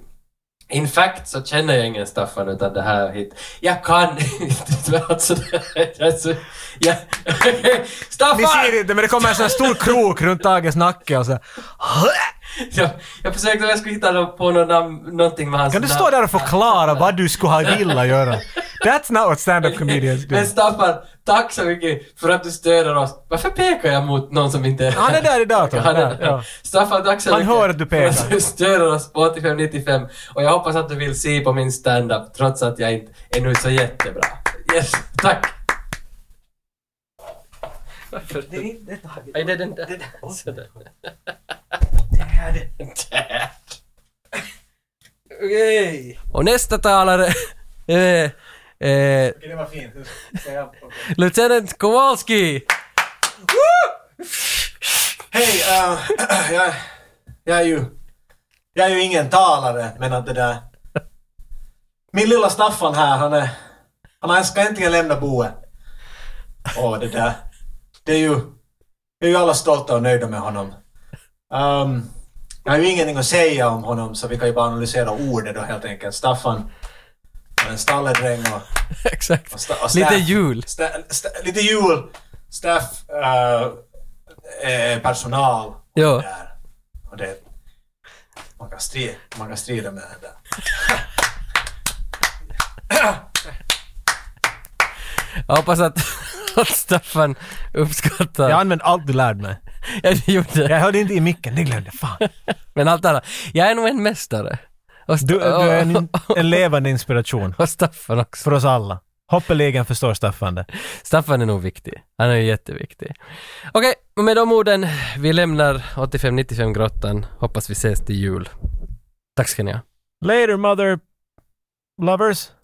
In fact så känner jag ingen Staffan utan det här hit. Jag kan inte. alltså, det- alltså, jag, Ni ser Staffan! inte, men det kommer en sån här stor krok runt Tages nacke och så här. Jag, jag försökte om jag skulle hitta på någon, namn- någonting med hans Kan du namn. stå där och förklara vad du skulle ha velat göra? That's not what stand-up comedians do. Men Staffan, tack så mycket för att du stöder oss. Varför pekar jag mot någon som inte är här? Han är där i datorn. Han är där, ja. där. Staffan, tack så Han mycket. hör att du pekar. för att Du stöder oss på 8595 och jag hoppas att du vill se på min stand-up trots att jag inte är nu så jättebra. Yes, tack! Det är inte taget. Nej, det är den där. Sådär. Dad. Okej. Och nästa talare... eh, eh, Det var fint. Lieutenant Kowalski! Hej, eh, jag, jag är ju... Jag är ju ingen talare, men att det där... Min lilla Staffan här, han är... Han har- ska äntligen lämna boet. Och det där... Det är ju... Vi är ju alla stolta och nöjda med honom. Ehm, jag har ju ingenting att säga om honom, så vi kan ju bara analysera ordet då helt enkelt. Staffan är en stalledräng och... Exakt. Och sta- och Lite staff. jul. Sta- sta- lite jul. Staff, eh, eh, personal och Ja. det där. Och det, man, kan strida, man kan strida med det där. Jag hoppas att, att Staffan uppskattar... Ja, använde allt du lärde mig. det gjorde Jag hörde inte i micken, det glömde jag. Fan. Men allt annat. Jag är nog en mästare. Och, st- Du, du är en, en levande inspiration och Staffan också. för oss alla. Hoppeligen förstår Staffan det. Staffan är nog viktig. Han är ju jätteviktig. Okej, och med de orden, vi lämnar 85-95-grottan. Hoppas vi ses till jul. Tack ska ni ha. Later mother lovers.